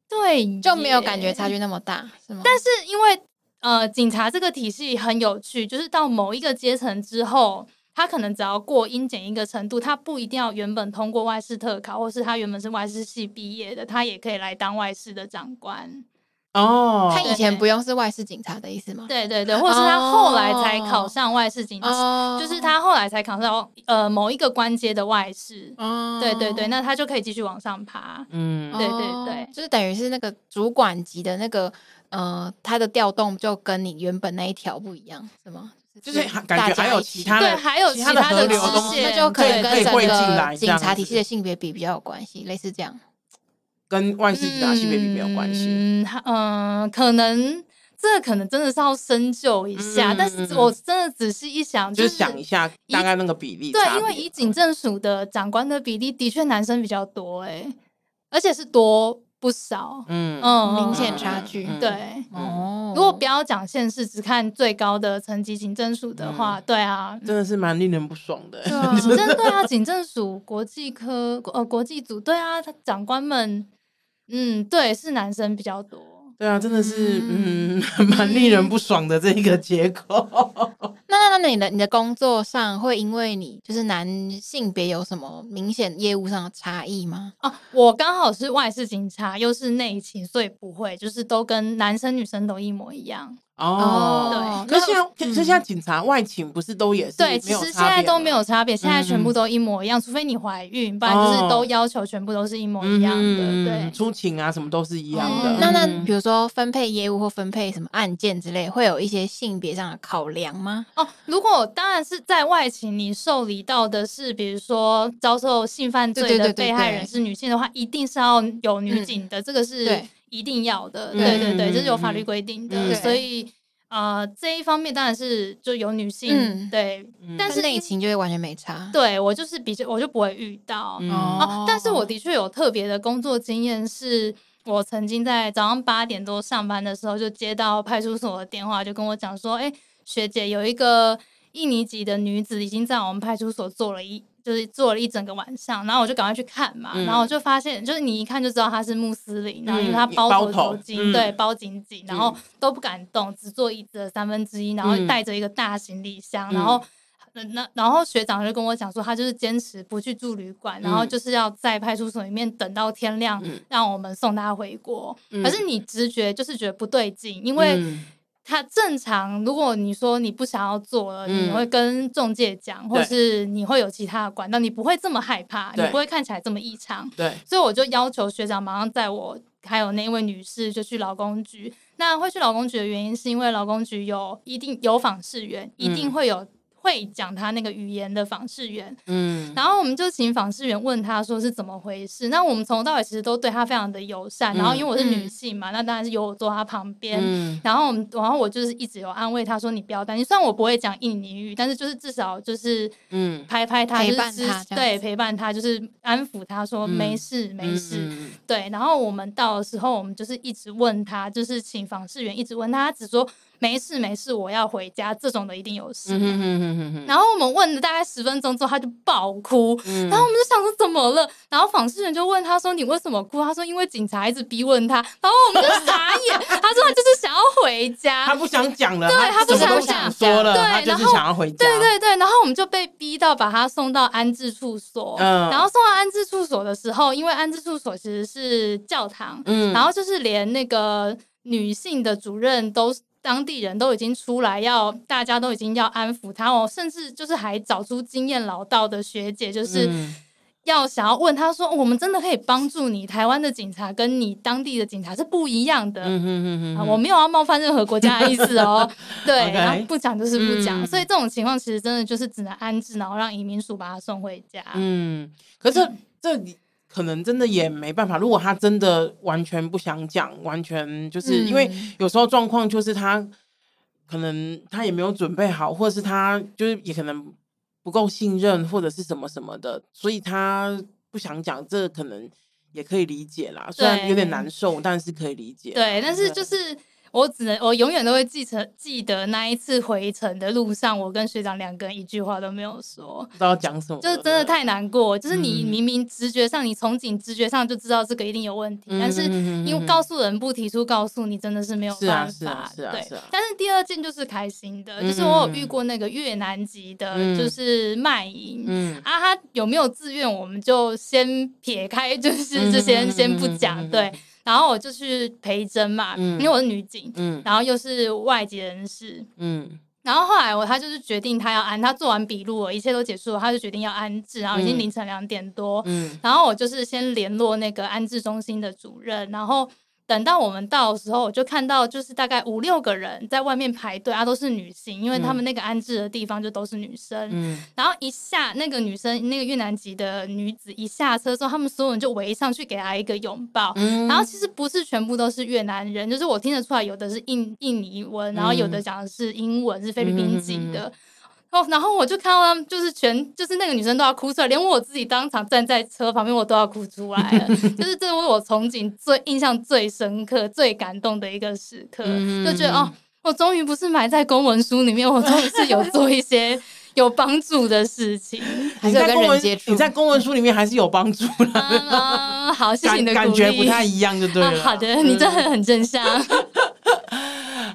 S3: 对
S2: 就没有感
S3: 耶
S2: 觉差距那么大，是吗？
S3: 但是因为呃，警察这个体系很有趣，就是到某一个阶层之后，他可能只要过英检一个程度，他不一定要原本通过外事特考，或是他原本是外事系毕业的，他也可以来当外事的长官。
S1: 哦，
S2: 他以前不用是外事警察的意思吗？
S3: 对对对，或是他后来才考上外事警察，
S2: 哦
S3: 就是，他后来才考上呃某一个官阶的外事。
S2: 哦
S3: 对对对，那他就可以继续往上爬。
S1: 嗯
S3: 对对对
S2: 哦就是等于是那个主管级的那个呃，他的调动就跟你原本那一条不一样，是吗？
S1: 就是感觉还有其他
S3: 对，
S1: 的，
S3: 还有
S1: 其
S3: 其
S1: 他的
S3: 他的
S1: 河
S3: 支
S1: 流东西
S3: 线，
S2: 那就可
S1: 以
S2: 能
S1: 对可以
S2: 跟整
S1: 汇进来
S2: 个
S1: 这
S2: 警
S1: 样
S2: 察体
S1: 子
S2: 系的性别比比较有关系，类似这样。
S1: 跟万事警察啊性别比没有关系。
S3: 嗯哈嗯，可能这可能真的是要深究一下，
S1: 嗯
S3: 但是我真的仔细一想，
S1: 就是
S3: 是
S1: 想一下大概那个比例差别。嗯
S3: 对，因为以警政署的长官的比例，的确男生比较多、哎，而且是多不少，
S1: 嗯
S3: 嗯，
S2: 明显差距
S1: 嗯
S3: 对。
S2: 哦
S3: 如果 不要讲县市，只看最高的层级警政署的
S1: 嗯
S3: 话，对啊，
S1: 真的是蛮令人不爽 的。
S2: 对啊
S3: 警政对啊，警政署国际科呃国际组对啊，他长官们，嗯，对，是男生比较多。
S1: 对啊，真的是嗯，蛮令人不爽的这一个结果。
S2: 那那那你的你的工作上会因为你就是男性别有什么明显业务上的差异吗？
S3: 哦，我刚好是外事警察，又是内勤，所以不会，就是都跟男生女生都一模一样。
S1: 哦，
S2: 对
S1: 可是现在，可是
S2: 嗯
S1: 现在警察外勤不是都也是
S3: 对，
S1: 没
S3: 其
S1: 有
S3: 实现
S1: 差
S3: 在
S1: 别
S3: 都
S1: 吗
S3: 没有差别，现在全
S1: 嗯
S3: 部都一模一样，除非你怀孕，不然就是都
S1: 哦嗯
S3: 要求全部都是一模一样的。对，
S1: 出勤啊什么都是一样的。
S3: 嗯
S2: 那那
S1: 嗯
S2: 比如说分配业务或分配什么案件之类，会有一些性别上的考量吗？
S3: 哦，如果当然是在外勤，你受理到的是，比如说遭受性犯罪
S2: 对对
S3: 的
S2: 对对
S3: 被害人
S2: 对
S3: 是女性的话，一定是要有女
S2: 嗯
S3: 警的，这个是
S2: 对
S3: 一定要的。
S1: 嗯
S3: 对对
S1: 嗯
S3: 对，这是有法
S1: 嗯
S3: 律
S1: 嗯
S3: 规定
S1: 嗯
S3: 的，
S2: 对
S3: 所以呃，这一方面当然是就有女性
S2: 嗯
S3: 对，但是
S2: 内勤就会完全没差。
S3: 对我就是比较我就不会遇到
S1: 嗯
S3: 哦，但是我的确有特别的工作经验是。我曾经在早上八点多上班的时候，就接到派出所的电话，就跟我讲说：“哎、学姐，有一个印尼籍的女子已经在我们派出所坐了一，就是坐了一整个晚上。”然后我就赶快去看嘛，
S1: 嗯
S3: 然后我就发现，就是你一看就知道她是穆斯林，然后因为
S1: 嗯
S3: 她包
S1: 包
S3: 头
S1: 头
S3: 头巾，
S1: 嗯
S3: 对，包紧紧，然后
S1: 嗯
S3: 都不敢动，只坐椅子的三分之一，然后
S1: 嗯
S3: 带着一个大行李箱，然
S1: 嗯
S3: 后那那然后学长就跟我讲说，他就是坚持不去住旅馆，然后
S1: 嗯
S3: 就是要在派出所里面等到天亮，
S1: 嗯
S3: 让我们送他回国。
S1: 嗯
S3: 可是你直觉就是觉得不对劲，因为
S1: 嗯
S3: 他正常，如果你说你不想要做了，
S1: 嗯
S3: 你会跟中介讲，或是你会有其他的管道，你不会这么害怕，你
S1: 对
S3: 不会看起来这么异常。
S1: 对，
S3: 所以我就要求学长马上带我还有那一位女士就去劳工局。那会去劳工局的原因是因为劳工局有一定有访视员，一
S2: 嗯
S3: 定会有会讲他那个语言的访视员。
S1: 嗯
S3: 然后我们就请访视员问他说是怎么回事。那我们从头到尾其实都对他非常的友善。
S1: 嗯
S3: 然后因为我是女性嘛，那当然是由我坐他旁边。
S1: 嗯
S3: 然后我们，然后我就是一直有安慰他说：“你不要担心，虽然我不会讲印尼语，但是就是至少就是
S1: 嗯，
S3: 拍拍他，
S2: 陪
S3: 就是
S2: 伴他
S3: 支
S2: 这样
S3: 对
S2: 子
S3: 陪伴他，就是安抚他说
S1: 嗯
S3: 没事、没事。
S1: 嗯，
S3: 对，然后我们到的时候，我们就是一直问他，就是请访视员一直问他，他只说没事没事，我要回家，这种的一定有事。
S1: 嗯嗯嗯嗯嗯
S3: 然后我们问了大概十分钟之后，他就爆哭，
S1: 嗯，
S3: 然后我们就想说怎么了？然后访视员就问他说：“你为什么哭？”他说：“因为警察一直逼问他。”然后我们就傻眼，他说他就是想要回
S1: 他
S3: 家。
S1: 不想讲了，
S3: 对他不
S1: 什么都
S3: 想讲
S1: 说了，
S3: 对
S1: 他就
S3: 然
S1: 是
S3: 后
S1: 想要回家，
S3: 对对对，然后我们就被逼到把他送到安置处所。
S1: 嗯
S3: 然后送到安置处所的时候，因为安置处所其实是教堂，
S1: 嗯，
S3: 然后就是连那个女性的主任都当地人都已经出来要，大家都已经要安抚她哦，甚至就是还找出经验老道的学姐，就是
S1: 嗯
S3: 要想要问她说、哦我们真的可以帮助你，台湾的警察跟你当地的警察是不一样的。
S1: 嗯嗯嗯
S3: 啊，
S1: 嗯，
S3: 我没有要冒犯任何国家的意思 哦，对
S1: OK
S3: 然后不讲就是不讲、
S1: 嗯
S3: 所以这种情况其实真的就是只能安置，然后让移民署把他送回家。
S1: 嗯，可是这里可能真的也没办法。如果他真的完全不想讲，完全就是、因为
S2: 嗯
S1: 有时候状况就是他可能他也没有准备好，或者是他就是也可能不够信任，或者是什么什么的，所以他不想讲，这可能也可以理解啦。虽然有点
S3: 对
S1: 难受，但是可以理解。
S3: 对，但是就是我只能，我永远都会记成记得那一次回程的路上，我跟学长两个人一句话都没有说
S1: 不，知道讲什么了，
S3: 就是真的太难过。就是你
S1: 哦嗯
S3: 明明直觉上，你从警直觉上就知道这个一定有问题，但是
S1: 因
S3: 因为告诉人不提出告诉你，真的是没有
S1: 嗯是啊
S3: 办
S1: 是啊
S3: 法。
S1: 是啊
S3: 对
S1: 是啊，
S3: 但是第二件就是开心的，
S1: 嗯
S3: 就是我有遇过那个越南籍的，
S1: 嗯
S3: 就是卖淫。
S1: 嗯
S3: 啊，他有没有自愿，我们就先撇开，
S1: 嗯
S3: 就是这些先不讲，对。然后我就去陪诊嘛，
S1: 嗯
S3: 因为我是女警，
S1: 嗯
S3: 然后又是外籍人士。
S1: 嗯
S3: 然后后来我他就是决定他要安，他做完笔录了，一切都结束了，他就决定要安置，然后已经
S1: 嗯
S3: 凌晨两点多。
S1: 嗯
S3: 然后我就是先联络那个安置中心的主任，然后等到我们到的时候，我就看到就是大概五六个人在外面排队啊，都是女性，因为他们那个安置的地方就都是女生。
S1: 嗯
S3: 然后一下那个女生，那个越南籍的女子一下车之后，他们所有人就围上去给她一个拥抱。
S1: 嗯，
S3: 然后其实不是全部都是越南人，就是我听得出来，有的是印印尼文，然后有
S1: 嗯
S3: 的讲的是英文，是菲律宾籍的。哦，然后我就看到他们，就是全，就是那个女生都要哭出来，连我自己当场站在车旁边，我都要哭出来了。就是这是我从警最印象最深刻、最感动的一个时刻，
S1: 嗯
S3: 就觉得哦，我终于不是埋在公文书里面，我终于是有做一些有帮助的事情。
S2: 还是有
S1: 在
S2: 跟
S1: 公
S2: 人
S1: 文
S2: 接触。
S1: 你在公文书里面还是有帮助的，
S3: 嗯，嗯好，谢谢
S1: 感
S3: 你的鼓
S1: 感
S3: 励
S1: 觉不太一样就对
S3: 啊
S1: 了。
S3: 好的，你真的很正向。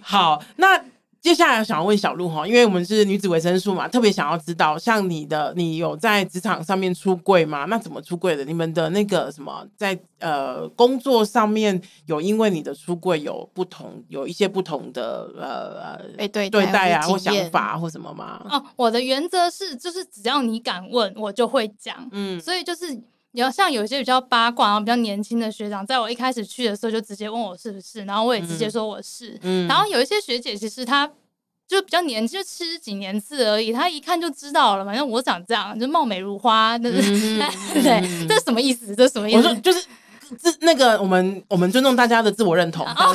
S1: 好，那接下来想要问小鹿哈，因为我们是女子维生素嘛，特别想要知道，像你的，你有在职场上面出柜吗？那怎么出柜的？你们的那个什么，在呃工作上面有因为你的出柜有不同，有一些不同的呃
S2: 被哎对
S1: 对待啊，
S2: 或
S1: 或
S2: 经验
S1: 想，法或什么吗？
S3: 哦，我的原则是，就是只要你敢问，我就会讲。
S1: 嗯，
S3: 所以就是你要像有一些比较八卦，然后比较年轻的学长，在我一开始去的时候就直接问我是不是，然后我也直接说我是。
S1: 嗯
S3: 然后有一些学姐其实她就比较年轻，就七十几年次而已，她一看就知道了，反正我长这样，就貌美如花，对不对？
S1: 嗯
S3: 对，这什么意思？这什么意
S1: 我
S3: 思
S1: 说？就是。自那个，我们我们尊重大家的自我认同，
S3: 哦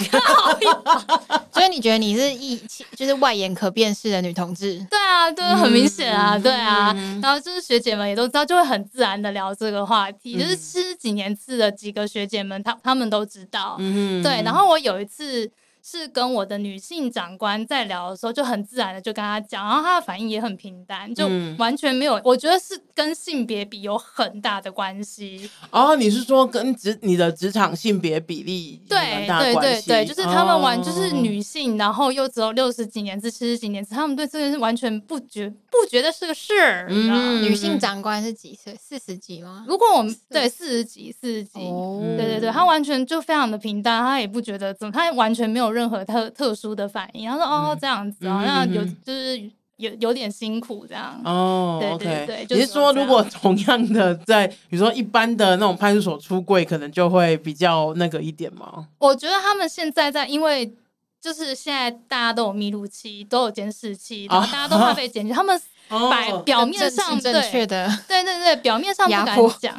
S2: 所以你觉得你是异，就是外眼可辨识的女同志？
S3: 对啊，对，很明显啊，对啊
S1: 嗯。
S3: 然后就是学姐们也都知道，就会很自然的聊这个话
S1: 嗯
S3: 题。就是七十几年次的几个学姐们，她她们都知道。
S1: 嗯
S3: 对，然后我有一次是跟我的女性长官在聊的时候，就很自然的就跟她讲，然后她的反应也很平淡，就
S1: 嗯
S3: 完全没有。我觉得是跟性别比有很大的关系。
S1: 哦，你是说跟职你的职场性别比例有
S3: 对
S1: 很大的
S3: 对
S1: 关
S3: 对
S1: 系
S3: 对，就是他们玩
S1: 哦
S3: 就是女性，然后又只有六十几年至七十几年次，他们对这个是完全不觉不觉得是个事儿，你知道吗
S1: 嗯
S2: 女性长官是几岁？四十几吗？
S3: 如果我们对四十几四十几。
S2: 哦，
S1: 嗯
S3: 对对对，他完全就非常的平淡，他也不觉得怎么，他完全没有任何特特殊的反应。他说：“哦
S1: 嗯，
S3: 这样子
S1: 嗯
S3: 好像有
S1: 嗯嗯
S3: 就是有有点辛苦这样。”
S1: 哦
S3: 对对
S1: ，OK，
S3: 对就
S1: 你是
S3: 是
S1: 说
S3: 这
S1: 如
S3: 样
S1: 果同样的在比如说一般的那种派出所出柜，可能就会比较那个一点吗？
S3: 我觉得他们现在在，因为就是现在大家都有密录器，都有监视器，然后
S1: 啊
S3: 大家都怕被检举，他们
S1: 哦
S3: 摆表面上
S2: 正正确
S3: 对
S2: 的，
S3: 对对对，表面上不
S2: 压
S3: 敢
S2: 迫
S3: 讲，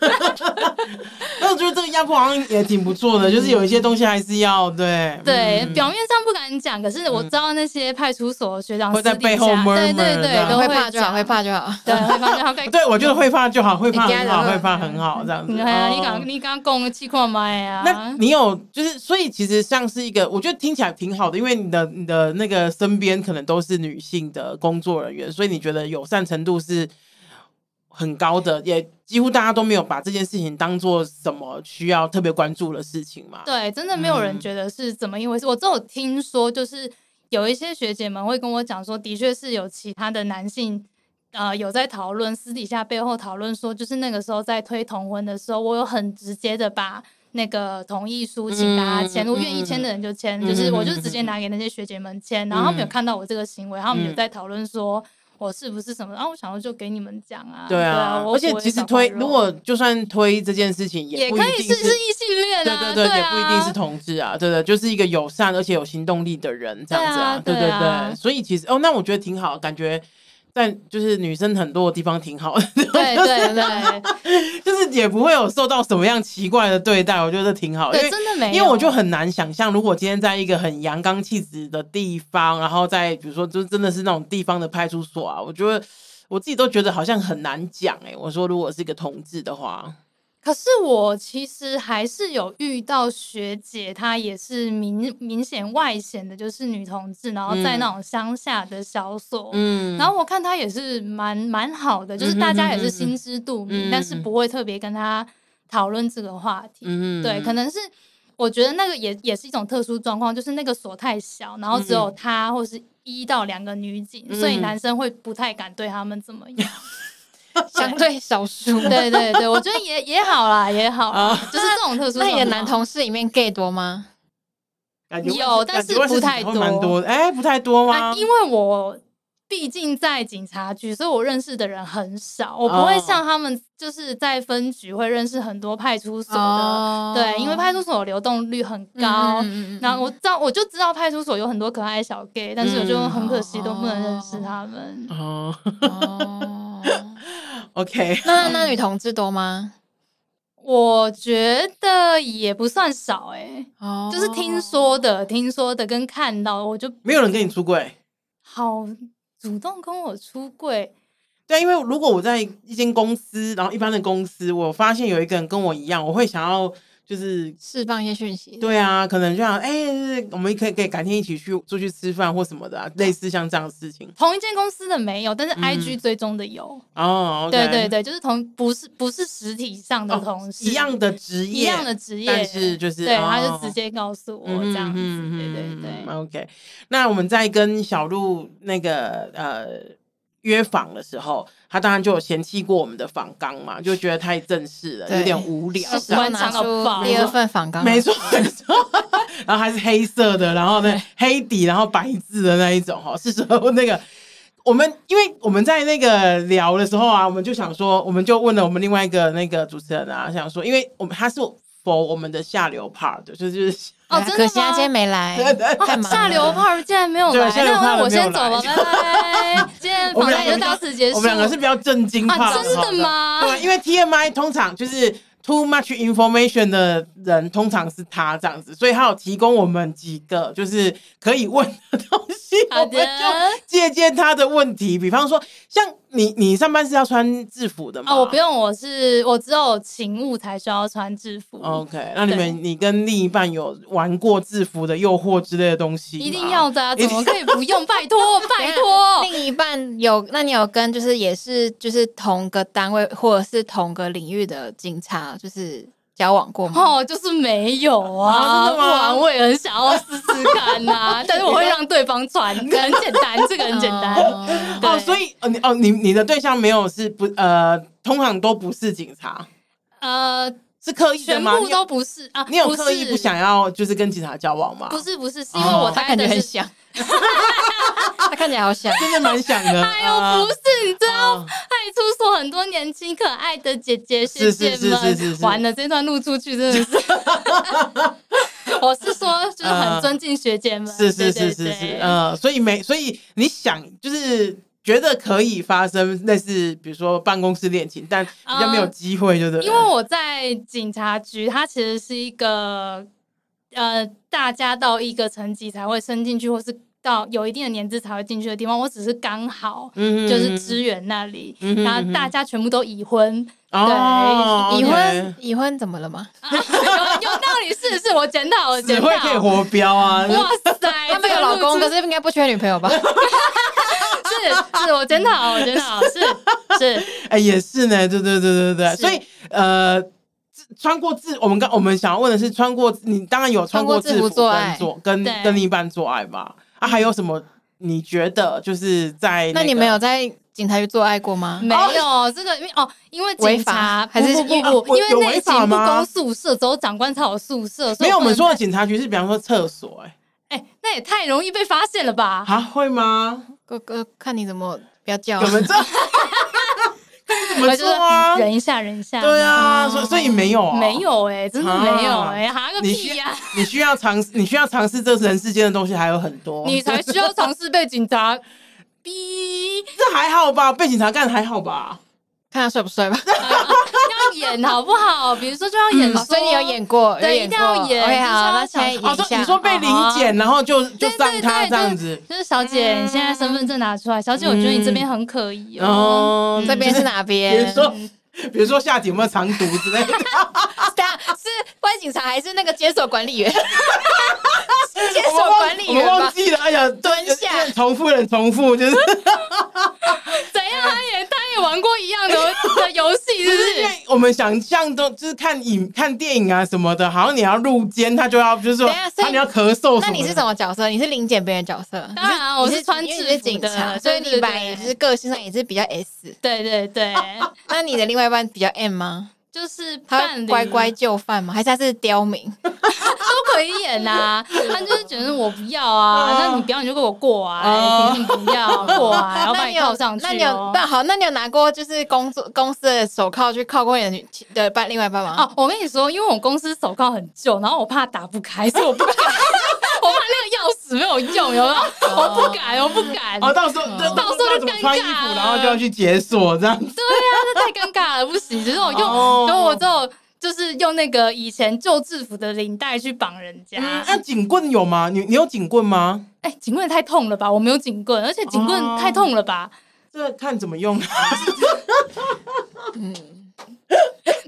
S1: 哦那我觉得这个压迫好像也挺不错的，就是有一些东西还是要对
S3: 嗯对，
S1: 嗯
S3: 表面上不敢讲，可是我知道那些派出所学长
S1: 会在
S3: 私底
S1: 背后
S3: 下对
S1: murmur
S3: 对
S1: 这样
S3: 对，都
S2: 会怕就好，
S3: 讲
S2: 会，怕就好。
S3: 对，会怕就好，会
S1: 对，我觉得会怕就好，会怕
S2: 你家
S1: 很
S2: 的
S1: 好，
S2: 会
S1: 会怕很好这样子。
S3: 对啊，你
S1: 哦
S3: 刚你刚讲气矿麦
S1: 那
S3: 啊，
S1: 你有就是，所以其实像是一个，我觉得听起来挺好的，因为你的你的那个身边可能都是女性的工作人员，所以你觉得友善程度是很高的，也几乎大家都没有把这件事情当做什么需要特别关注的事情嘛。
S3: 对，真的没有人
S1: 嗯
S3: 觉得是怎么一回事。我只有听说，就是有一些学姐们会跟我讲说，的确是有其他的男性。呃，有在讨论私底下背后讨论说，就是那个时候在推同婚的时候，我有很直接的把那个同意书请大家签，
S1: 嗯
S3: 我愿意签的人就签，
S1: 嗯
S3: 就是我就直接拿给那些学姐们签，然后他们有看到我这个行为，他们有在讨论说我是不是什么，然、啊、后我想说就给你们讲啊，
S1: 对啊
S3: 啊，，我
S1: 而且
S3: 不会
S1: 其实
S3: 找
S1: 推
S3: 坏肉
S1: 如果就算推这件事情，
S3: 也
S1: 不一
S3: 可以
S1: 定
S3: 是
S1: 是
S3: 是异性恋
S1: 对
S3: 啊，
S1: 对对，也
S3: 啊
S1: 不一定是同志啊，对对，就是一个友善而且有行动力的人这样子啊，对
S3: 对啊
S1: 对
S3: 对啊
S1: 对，所以其实哦，那我觉得挺好，感觉在就是女生很多的地方挺好的，
S3: 对对对
S1: 就是也不会有受到什么样奇怪的对待，我觉得挺好，因
S3: 对，
S1: 为
S3: 真的没有，
S1: 因为我就很难想象，如果今天在一个很阳刚气质的地方，然后在比如说就真的是那种地方的派出所啊，我觉得。我自己都觉得好像很难讲哎、我说如果是一个同志的话，
S3: 可是我其实还是有遇到学姐，她也是明明显外显的就是女同志，然后在那种乡下的小所。
S1: 嗯
S3: 然后我看她也是蛮蛮好的，就是大家也是心知肚
S1: 嗯
S3: 明，但是不会特别跟她讨论这个话题。
S1: 嗯
S3: 对，可能是我觉得那个也也是一种特殊状况，就是那个所太小，然后
S2: 嗯
S3: 只有她或是一到两个女警，所以
S1: 嗯
S3: 男生会不太敢对他们怎么 样。
S2: 相对少数。
S3: 对对对，我觉得也也好啦，也好
S1: 啊
S3: 啦，就是这种特殊
S2: 哦那
S3: 状况。
S2: 你的男同事里面 gay 多吗？
S1: 感觉会
S3: 有但
S1: 感觉
S3: 是
S1: 会
S3: 不太
S1: 会蛮
S3: 多
S1: 多的，哎、不太多吗
S3: 啊，？因为我毕竟在警察局，所以我认识的人很少，我不会
S1: 哦
S3: 像他们就是在分局会认识很多派出
S2: 哦
S3: 所的。对，因为派出所流动率很高，
S2: 嗯嗯嗯嗯
S3: 然后我知道我就知道派出所有很多可爱的小 gay，但是我就
S1: 嗯
S3: 很可惜都不能认识他们。
S1: 哦
S2: 哦，
S1: ，OK，
S2: 那那女同志多吗？
S3: 我觉得也不算少哎、
S2: 哦
S3: 就是听说
S1: 哦
S3: 的、听说的跟看到的，我就
S1: 没有人跟你出柜。
S3: 好主动跟我出柜，
S1: 对，因为如果我在一间公司，然后一般的公司，我发现有一个人跟我一样，我会想要。就是
S2: 释放一些讯息。
S1: 对啊，可能就想哎、我们可以可以改天一起去出去吃饭或什么的、啊，类似像这样的事情
S3: 同一间公司的没有，但是
S1: 嗯
S3: IG 追踪的有。
S1: 哦。
S3: 对
S1: OK
S3: 对对，就是同不是不是实体上的
S1: 哦
S3: 同事，
S1: 一样的职业，
S3: 一样的职业，
S1: 但是就是
S3: 对，
S1: 哦
S3: 他就直接告诉我这样子，
S1: 嗯
S3: 对对
S1: 嗯
S3: 对，
S1: OK，那我们在跟小鹿那个呃约访的时候，他当然就有嫌弃过我们的访纲嘛，就觉得太正式了，
S2: 对
S1: 有点无聊这
S2: 是。时
S1: 样
S2: 候
S3: 官
S2: 拿
S3: 场的
S2: 出
S3: 爆
S2: 第二份访纲，
S1: 没错，没错， 然后还是黑色的，然后呢黑底，然后白字的那一种哈，是时候 那个我们，因为我们在那个聊的时候啊，我们就想说，我们就问了我们另外一个那个主持人啊，想说，因为我们他是否我们的下流 part，的就是就是
S3: 哦
S2: 哎呀
S3: 真的
S2: 可惜他
S3: 吗
S2: 今天没来
S1: 对对，
S2: 太忙了。
S3: 下流炮竟然没有
S1: 对
S3: 来，
S1: 下流炮
S3: 那我
S1: 没有
S3: 先走 了，
S1: 来
S3: 拜拜。今天访谈也就到此结束。
S1: 我们两个是比较震惊怕的
S3: 啊，真的？吗？
S1: 对，因为 TMI 通常就是 too much information 的人，通常是他这样子，所以他有提供我们几个就是可以问的东西，
S3: 好
S1: 我们
S3: 的
S1: 就借鉴他的问题。比方说，像你，你上班是要穿制服的吗？
S3: 啊，我不。用，我是我只有勤务才需要穿制服。
S1: OK，那你
S3: 对
S1: 们你跟另一半有玩过制服的诱惑之类的东西吗？
S3: 一定要的啊，
S1: 一定
S3: 怎么可以不用？拜托，拜
S2: 那
S3: 托！
S2: 另一半有，那你有跟就是也是就是同个单位或者是同个领域的警察就是交往过吗？
S3: 哦，就是没有
S1: 啊
S3: 啊，
S1: 真的
S3: 不
S1: 吗
S3: 然我也很想要试试 看呐，但是我会让对方穿，很简单，这个很简单。
S2: 哦
S1: 哦，
S3: 对
S1: 所以哦，你哦，你你的对象没有是不呃，通常都不是警察，
S3: 呃，
S1: 是刻意的
S3: 全
S1: 吗？
S3: 部
S1: 你有
S3: 都不是啊，
S1: 你有
S3: 不
S1: 刻意
S3: 是
S1: 不想要就是跟警察交往吗？
S3: 不，是不是，是因为我
S1: 哦
S2: 他
S3: 待
S2: 感觉
S3: 的
S2: 很
S3: 是，
S2: 想，他看起来好想。
S1: 真的蛮想的。嗯
S3: 哎呦，不是，你知道
S1: 啊
S3: 派出所很多年轻可爱的姐姐学
S1: 是
S3: 姐
S1: 是是是
S3: 们，
S1: 是
S3: 完了这段录出去真 的是，我是说就是很尊敬学姐们，
S1: 啊是是
S3: 对
S1: 是是是，，
S3: 对对
S1: 呃，所以没，所以你想就是觉得可以发生类似，比如说办公室恋情，但比较没有机会，就是、
S3: 啊因为我在警察局，它其实是一个呃，大家到一个层级才会升进去，或是到有一定的年资才会进去的地方，我只是刚好
S1: 嗯
S3: 就是支援那里，
S1: 嗯哼嗯
S3: 然后
S1: 哼
S3: 大家全部都已婚。
S1: 哦，
S2: 已
S1: OK
S2: 婚，已婚怎么了吗？
S3: 有有道理，是是，我检讨，我
S1: 只
S3: 检讨
S1: 会。可以活标 啊，
S3: 哇 塞，
S2: 他没有老公，
S3: 这
S2: 可
S3: 个
S2: 是应该不缺女朋友吧？
S3: 路子是是，我检讨，我检讨，是是，
S1: 哎、也是呢，对对对对对，
S3: 是
S1: 所以呃。自穿过制，我们刚我们想要问的是，穿过你当然有穿过制
S2: 穿过
S1: 服
S2: 制服做
S1: 跟
S2: 爱
S1: 做跟
S3: 对
S1: 跟另一半做爱吧？啊，还有什么？你觉得就是在、
S2: 那
S1: 个、
S2: 你们有在警察局做爱过吗？
S3: 没有这个，因为哦，因为
S2: 违
S3: 警
S2: 法
S3: 察
S2: 还是
S3: 不不
S1: 有
S3: 不不，
S1: 有
S3: 因为
S1: 违
S3: 内
S1: 法
S3: 勤不
S1: 吗
S3: 供宿舍，只有长官才有宿舍，所
S1: 没
S3: 以
S1: 有，我们
S3: 不能
S1: 说的警察局是，比方说厕所、欸，
S3: 哎，那也太容易被发现了吧？
S1: 哎，啊，会吗？
S2: 哥哥，看你怎么不要叫
S1: 我们这，看你怎么
S3: 我就
S1: 做啊
S3: 说？嗯忍一下，忍一下，嗯
S1: 对啊，所以所以没有、啊，
S3: 哦没。有哎，真的没有
S1: 啊
S3: 哎，哈个
S1: 你
S3: 屁
S1: 需
S3: 呀！
S1: 你需要尝试，你需要尝试这人世间的东西还有很多。
S3: 你才需要尝试被警察逼。
S1: 这还好吧？被警察干还好吧？
S2: 看他帅不帅吧。
S3: 呃要演好不好？比如说就要
S1: 嗯
S3: 演、
S2: 哦所以你有演过，
S3: 对
S2: 有
S3: 一定要
S2: 过
S3: 演
S2: OK，
S3: 就是
S2: 好，
S3: 要
S2: 那现在
S3: 想
S2: 演
S1: 哦，
S2: 一
S1: 说
S2: 下。
S1: 你说被临检，然后就就上他这样子。
S3: 就是小姐，你现在身份证拿出来，小姐，我觉得你这边很可疑哦。
S1: 哦，
S2: 这边是哪
S1: 比如
S2: 边？
S1: 说，比如说下体有没有藏毒之 类的，
S2: 等下是关警察还是那个监所管理员？是监
S1: 我们
S2: 所
S1: 忘
S2: 管理
S1: 我们
S2: 员
S1: 忘
S2: 吧？
S1: 记了。哎呀，
S2: 蹲下
S1: 有点重复，有点重复， 就是
S3: 怎样？她也她也玩过一样的的游戏，是
S1: 就
S3: 不
S1: 是因
S3: 是？
S1: 为我们想象都就是看影、看电影啊什么的，好像你要入监，他就要就是说
S2: 等一下，所以
S1: 他你要咳嗽
S2: 那
S1: 什么的。
S2: 你是什么角色？你是临检别人角色？
S3: 当然啊，我
S2: 你
S3: 是穿
S2: 因为
S3: 制
S2: 你是
S3: 服
S2: 警察，
S3: 的，
S2: 所以
S3: 对
S2: 你本来就是。个性上也是比较 S。
S3: 对对对对对，
S2: 那你的另外一半比较 M 吗？
S3: 就是
S2: 他
S3: 伴
S2: 会
S3: 侣
S2: 乖乖就范吗？还是他是刁民？
S3: 都可以演呐、他就是觉得我不要啊，
S1: 哦
S3: 那你不要你就给我过
S1: 哦
S3: 啊，肯定不要过啊， 然后把
S2: 那你
S3: 铐
S2: 有
S3: 上去、哦。
S2: 那你有那好，那你有拿过就是工作公司的手铐去铐过你的女的伴另外一半吗？
S3: 哦，我跟你说，因为我公司手铐很旧，然后我怕打不开，所以我不敢，我怕 那个钥匙没有用，有没有？我不敢，我不敢。
S1: 哦，到时候
S2: 哦
S1: 到
S3: 到时候就
S1: 怎么穿衣
S3: 尴尬
S1: 服，
S3: 了
S1: 然后就要去解锁这样子。
S3: 对啊，这太尴尬了，不行。只是我用，
S1: 哦
S3: 然后我就就是用那个以前旧制服的领带去绑人家。
S2: 啊
S1: 嗯那警棍有吗？你你有警棍吗？
S3: 哎、警棍也太痛了吧！我没有警棍，而且警
S1: 哦
S3: 棍太痛
S1: 嗯
S3: 了吧！
S2: 嗯
S1: 这看怎么用。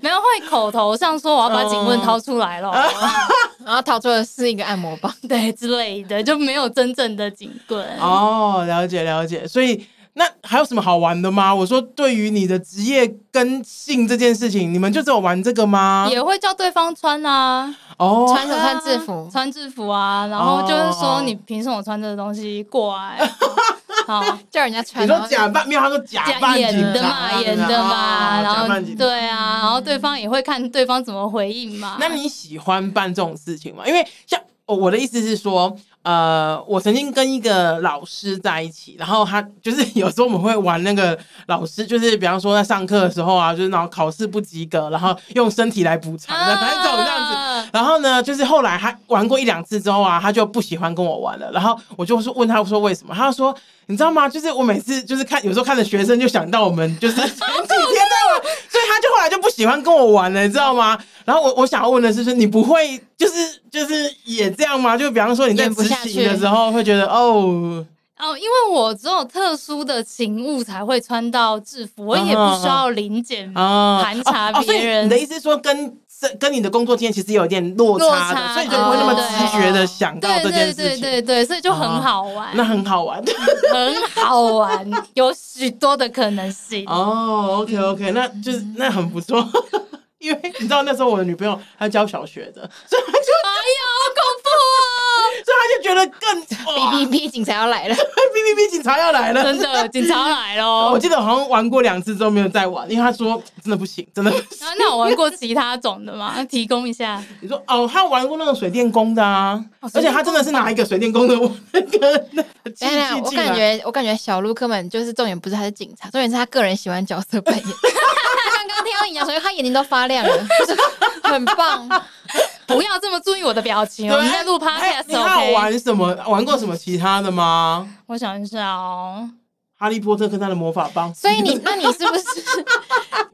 S3: 没有会口头上说我要把警棍掏出来了，
S1: 嗯
S2: 然后逃出的是一个按摩棒，
S3: 对之类的，就没有真正的警棍。
S1: 哦，了解了解。所以那还有什么好玩的吗？我说，对于你的职业跟性这件事情，你们就只有玩这个吗？
S3: 也会叫对方穿啊，
S1: 哦
S2: 穿什么穿制服？
S3: 穿制服啊，然后就是
S1: 哦
S3: 说你凭什么穿这个东西过来？ 好，
S2: 叫人家 穿，
S1: 你
S2: 然
S1: 说
S2: 后
S1: 假扮没有？他说假扮
S3: 假演的嘛，
S1: 警察
S3: 演的嘛，
S1: 哦
S3: 然
S1: 假
S3: 后
S1: 扮警察
S3: 对啊，然后对方也会看对方怎么回应嘛。
S1: 那你喜欢办这种事情吗？因为像哦我的意思是说，呃，我曾经跟一个老师在一起，然后他就是有时候我们会玩那个老师，就是比方说在上课的时候啊，就是然后考试不及格，然后用身体来补偿的
S3: 啊
S1: 那种这样子。然后呢，就是后来他玩过一两次之后啊，他就不喜欢跟我玩了。然后我就是问他说为什么，他就说你知道吗？就是我每次就是看有时候看着学生就想到我们就是前几天在玩，所以他就后来就不喜欢跟我玩了，你知道吗？然后我我想要问的是说你不会就是就是也这样吗？就比方说你在
S2: 演不
S1: 执
S2: 下
S1: 行的
S2: 去
S1: 时候会觉得哦，
S3: 哦，因为我只有特殊的勤务才会穿到制服，我也不需要零检
S1: 啊，
S3: 盘查
S1: 哦哦所以
S3: 别人
S1: 你的意思是说跟这跟你的工作经验其实有一点落
S3: 落
S1: 差的，
S3: 差
S1: 所以就不会那么
S3: 对
S1: 直觉的想到这
S3: 对
S1: 件
S3: 对
S1: 事情。啊
S3: 对对对，所以就很好玩，
S1: 那很好玩。
S3: 很好 玩，有许多的可能性。
S1: 哦，OK
S3: 嗯
S1: OK，那就是那很不错， 因为你知道那时候我的女朋友她教小学的，所以她就
S3: 哎呀，
S1: 所以她就觉得更
S2: 哔
S1: 哇
S2: 哔哔，警察要 来了，
S1: 哔哔哔，警察要来
S3: 好恐怖哦！真
S1: 了。
S3: 的，警察哦来喽
S1: 我！记得我好像玩过两次之后没有再玩，因为她说真的不行，真的不行。
S3: 然啊后那我玩过其他种的吗？提供一下。
S1: 你说哦，她玩过那种水电工的啊，
S3: 哦
S1: 而且她真的是拿一个水电工的我那个那个器
S2: 等
S3: 哎
S2: 一下，
S1: 具
S2: 我
S1: 进来
S2: 感。觉我感觉小鹿根本就是重点，不是他是警察，重点是他个人喜欢角色扮演。他刚刚听到你讲，所以他眼睛都发亮了，很棒。
S3: 不要这么注意我的表情，
S1: 对
S3: 我们在录
S1: 哎
S3: podcast
S1: 你还有
S3: OK？
S1: 玩什么？玩过什么其他的吗？
S3: 我想一下哦，
S1: 哈利波特跟他的魔法棒。
S2: 所以你，那你是不是？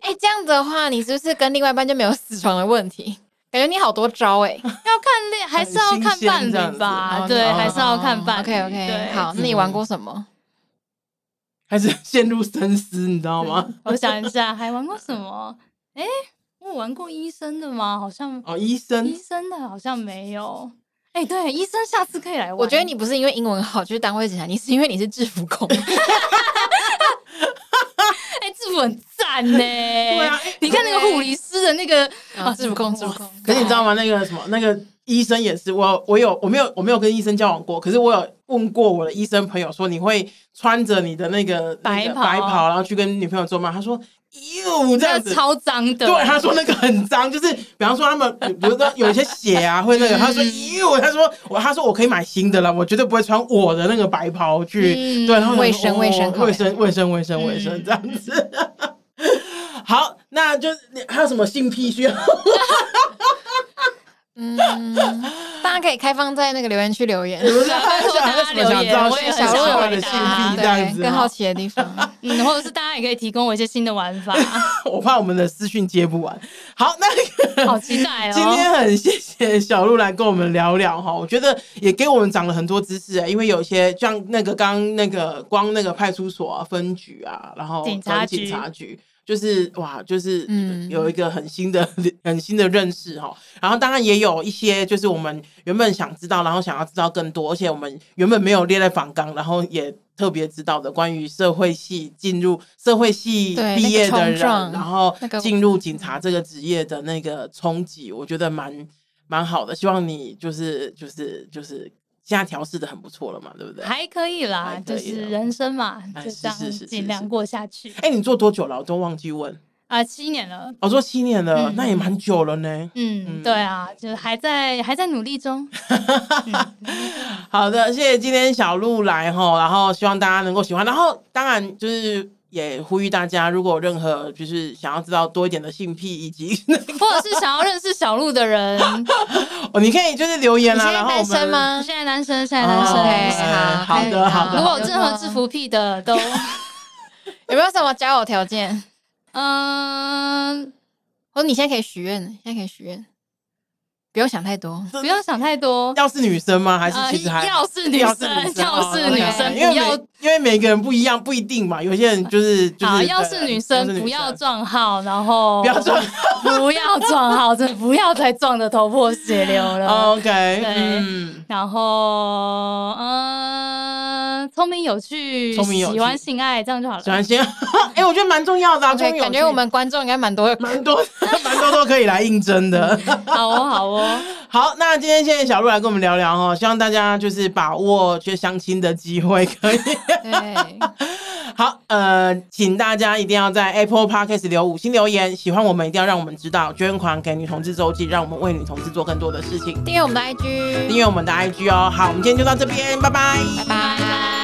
S2: 哎、这样子的话，你是不是跟另外一半就没有死床的问题？感觉你好多招哎、
S3: 要看恋还是要看
S2: 很
S3: 伴侣吧？
S2: 新鲜这样子
S3: 啊对，
S1: 哦
S3: 还是要看伴侣。
S2: OK OK，
S3: 对
S2: 哦好，，那你玩过什么？
S1: 还是陷入深思，你知道吗？
S3: 我想一下，还玩过什么？哎，我有玩过医生的吗？好像
S1: 哦，医生
S3: 医，生的好像没有。哎，对，医生下次可以来玩。
S2: 我觉得你不是因为英文好去当会警察，你是因为你是制服控。
S3: 哎，制服很赞呢。对
S1: 啊
S3: 你看那个护理师的那个
S2: 啊制服控制服控
S1: 可是你知
S3: 啊
S1: 道吗？那个什么，那个医生也是，我我有我没有我没有跟医生交往过，可是我有问过我的医生朋友说，你会穿着你的那个
S3: 白
S1: 那个
S3: 袍
S1: 白袍，然后去跟女朋友做吗？他说，哟，这
S3: 那
S1: 样子
S3: 个。超脏的。
S1: 对，他说那个很脏，就是比方说他们，比如说有一些血啊，会那个，
S3: 嗯
S1: 他说哟，他说我，他说我可以买新的了，我绝对不会穿我的那个白袍去，
S3: 嗯
S1: 对，然后我
S2: 卫
S1: 想
S2: 生
S1: 说
S2: 卫生
S1: 哦
S2: 考量
S1: 卫生卫生卫生卫生这样子。 好，那就是你还有什么性癖需要？
S2: 嗯，大家可以开放在那个留言区留言。
S1: 比如说还有
S3: 大家
S1: 什么想
S3: 留
S1: 知道
S3: 言我也很
S1: 小
S3: 想
S1: 鹿的
S3: 回
S1: 性
S3: 答
S1: 癖这样子？哦
S2: 对更好。奇的 地方。
S3: 嗯，或者是大家也可以提供我一些新的玩法，
S1: 我怕我们的私讯接不完。好，那个
S3: 好期待哦。
S1: 今天很谢谢小鹿来跟我们聊聊哈，我觉得也给我们长了很多知识、欸，因为有些像那个刚刚那个光那个派出所啊、分局啊，然后
S3: 警察局
S1: 警察局。就是哇，就是
S2: 嗯
S1: 有一个很新的、 很新的认识哈。然后当然也有一些，就是我们原本想知道，然后想要知道更多，而且我们原本没有列在访纲，然后也特别知道的关于社会系进入社会系
S2: 对
S1: 毕
S2: 那个
S1: 业的
S2: 冲
S1: 人，
S2: 撞
S1: 然后
S2: 那个嗯
S1: 进入警察这个职业的那个冲击，我觉得蛮蛮好的。希望你就是就是就是现在调试的很不错了嘛，对不对？
S3: 还可以啦，
S1: 还可以
S3: 就
S1: 啦
S3: 是人生嘛，
S1: 哎
S3: 就这样
S1: 是是是是
S3: 尽量过下去。
S1: 哎、你做多久了？我都忘记问。
S3: 啊、七年了，
S1: 我、做七年了，
S3: 嗯
S1: 那也蛮久了呢。
S3: 嗯，对啊，就是还在还在努力中。
S1: 好的，谢谢今天小鹿来哈，然后希望大家能够喜欢，然后当然就是。也呼吁大家，如果有任何就是想要知道多一点的性癖，以及
S3: 或者是想要认识小鹿的人，
S1: 哦，你可以就是留言
S2: 你
S1: 啦、
S2: 现在
S1: 然后我
S2: 单身
S1: 们
S2: 吗？
S3: 嗯现在单身，现在单
S1: 哦
S3: 身。
S1: 哎好的好的
S3: 如果有任何制服癖的，都
S2: 有没有什么交友条件？
S3: 嗯、
S2: 或者你现在可以许愿，现在可以许愿，不用想太多。
S3: 不要想太多。
S1: 要是女生吗？还是
S3: 呃
S1: 其实还？
S3: 要是女
S1: 要
S3: 生
S1: 是女，生
S3: 要
S1: 哦
S3: 是女
S1: ，OK，
S3: 生，
S1: 因为
S3: 不要
S1: 每因为每个人不一样，不一定嘛。有些人就是就
S3: 好，
S1: 是
S3: 要
S1: 对
S3: 是女生不要哦撞号，然后
S1: 不要撞
S3: 不要撞号，真的不要再撞的头破血流 了。
S1: 哦，OK，嗯，
S3: 然后，嗯、聪明有趣，
S1: 聪明有趣
S3: 喜欢性爱，这样就好了。
S1: 喜欢先， 哎，我觉得蛮重要的啊，
S2: OK，
S1: 终于有
S2: 感觉
S1: 趣
S2: 我们观众应该蛮多
S1: 蛮多 蛮多都可以来应征的。
S3: 好哦，好哦，
S1: 好，那今天谢谢小鹿来跟我们聊聊哦，希望大家就是把握去相亲的机会，可以。
S2: 对。
S1: 好，呃，请大家一定要在 Apple Podcast 留五星留言，喜欢我们一定要让我们知道，捐款给女同志周记，让我们为女同志做更多的事情。
S2: 订阅我们的
S1: 订
S2: IG，
S1: 阅我们的 IG 哦。好，我们今天就到这边，拜拜
S2: 拜
S3: 拜
S2: 拜。
S3: 拜。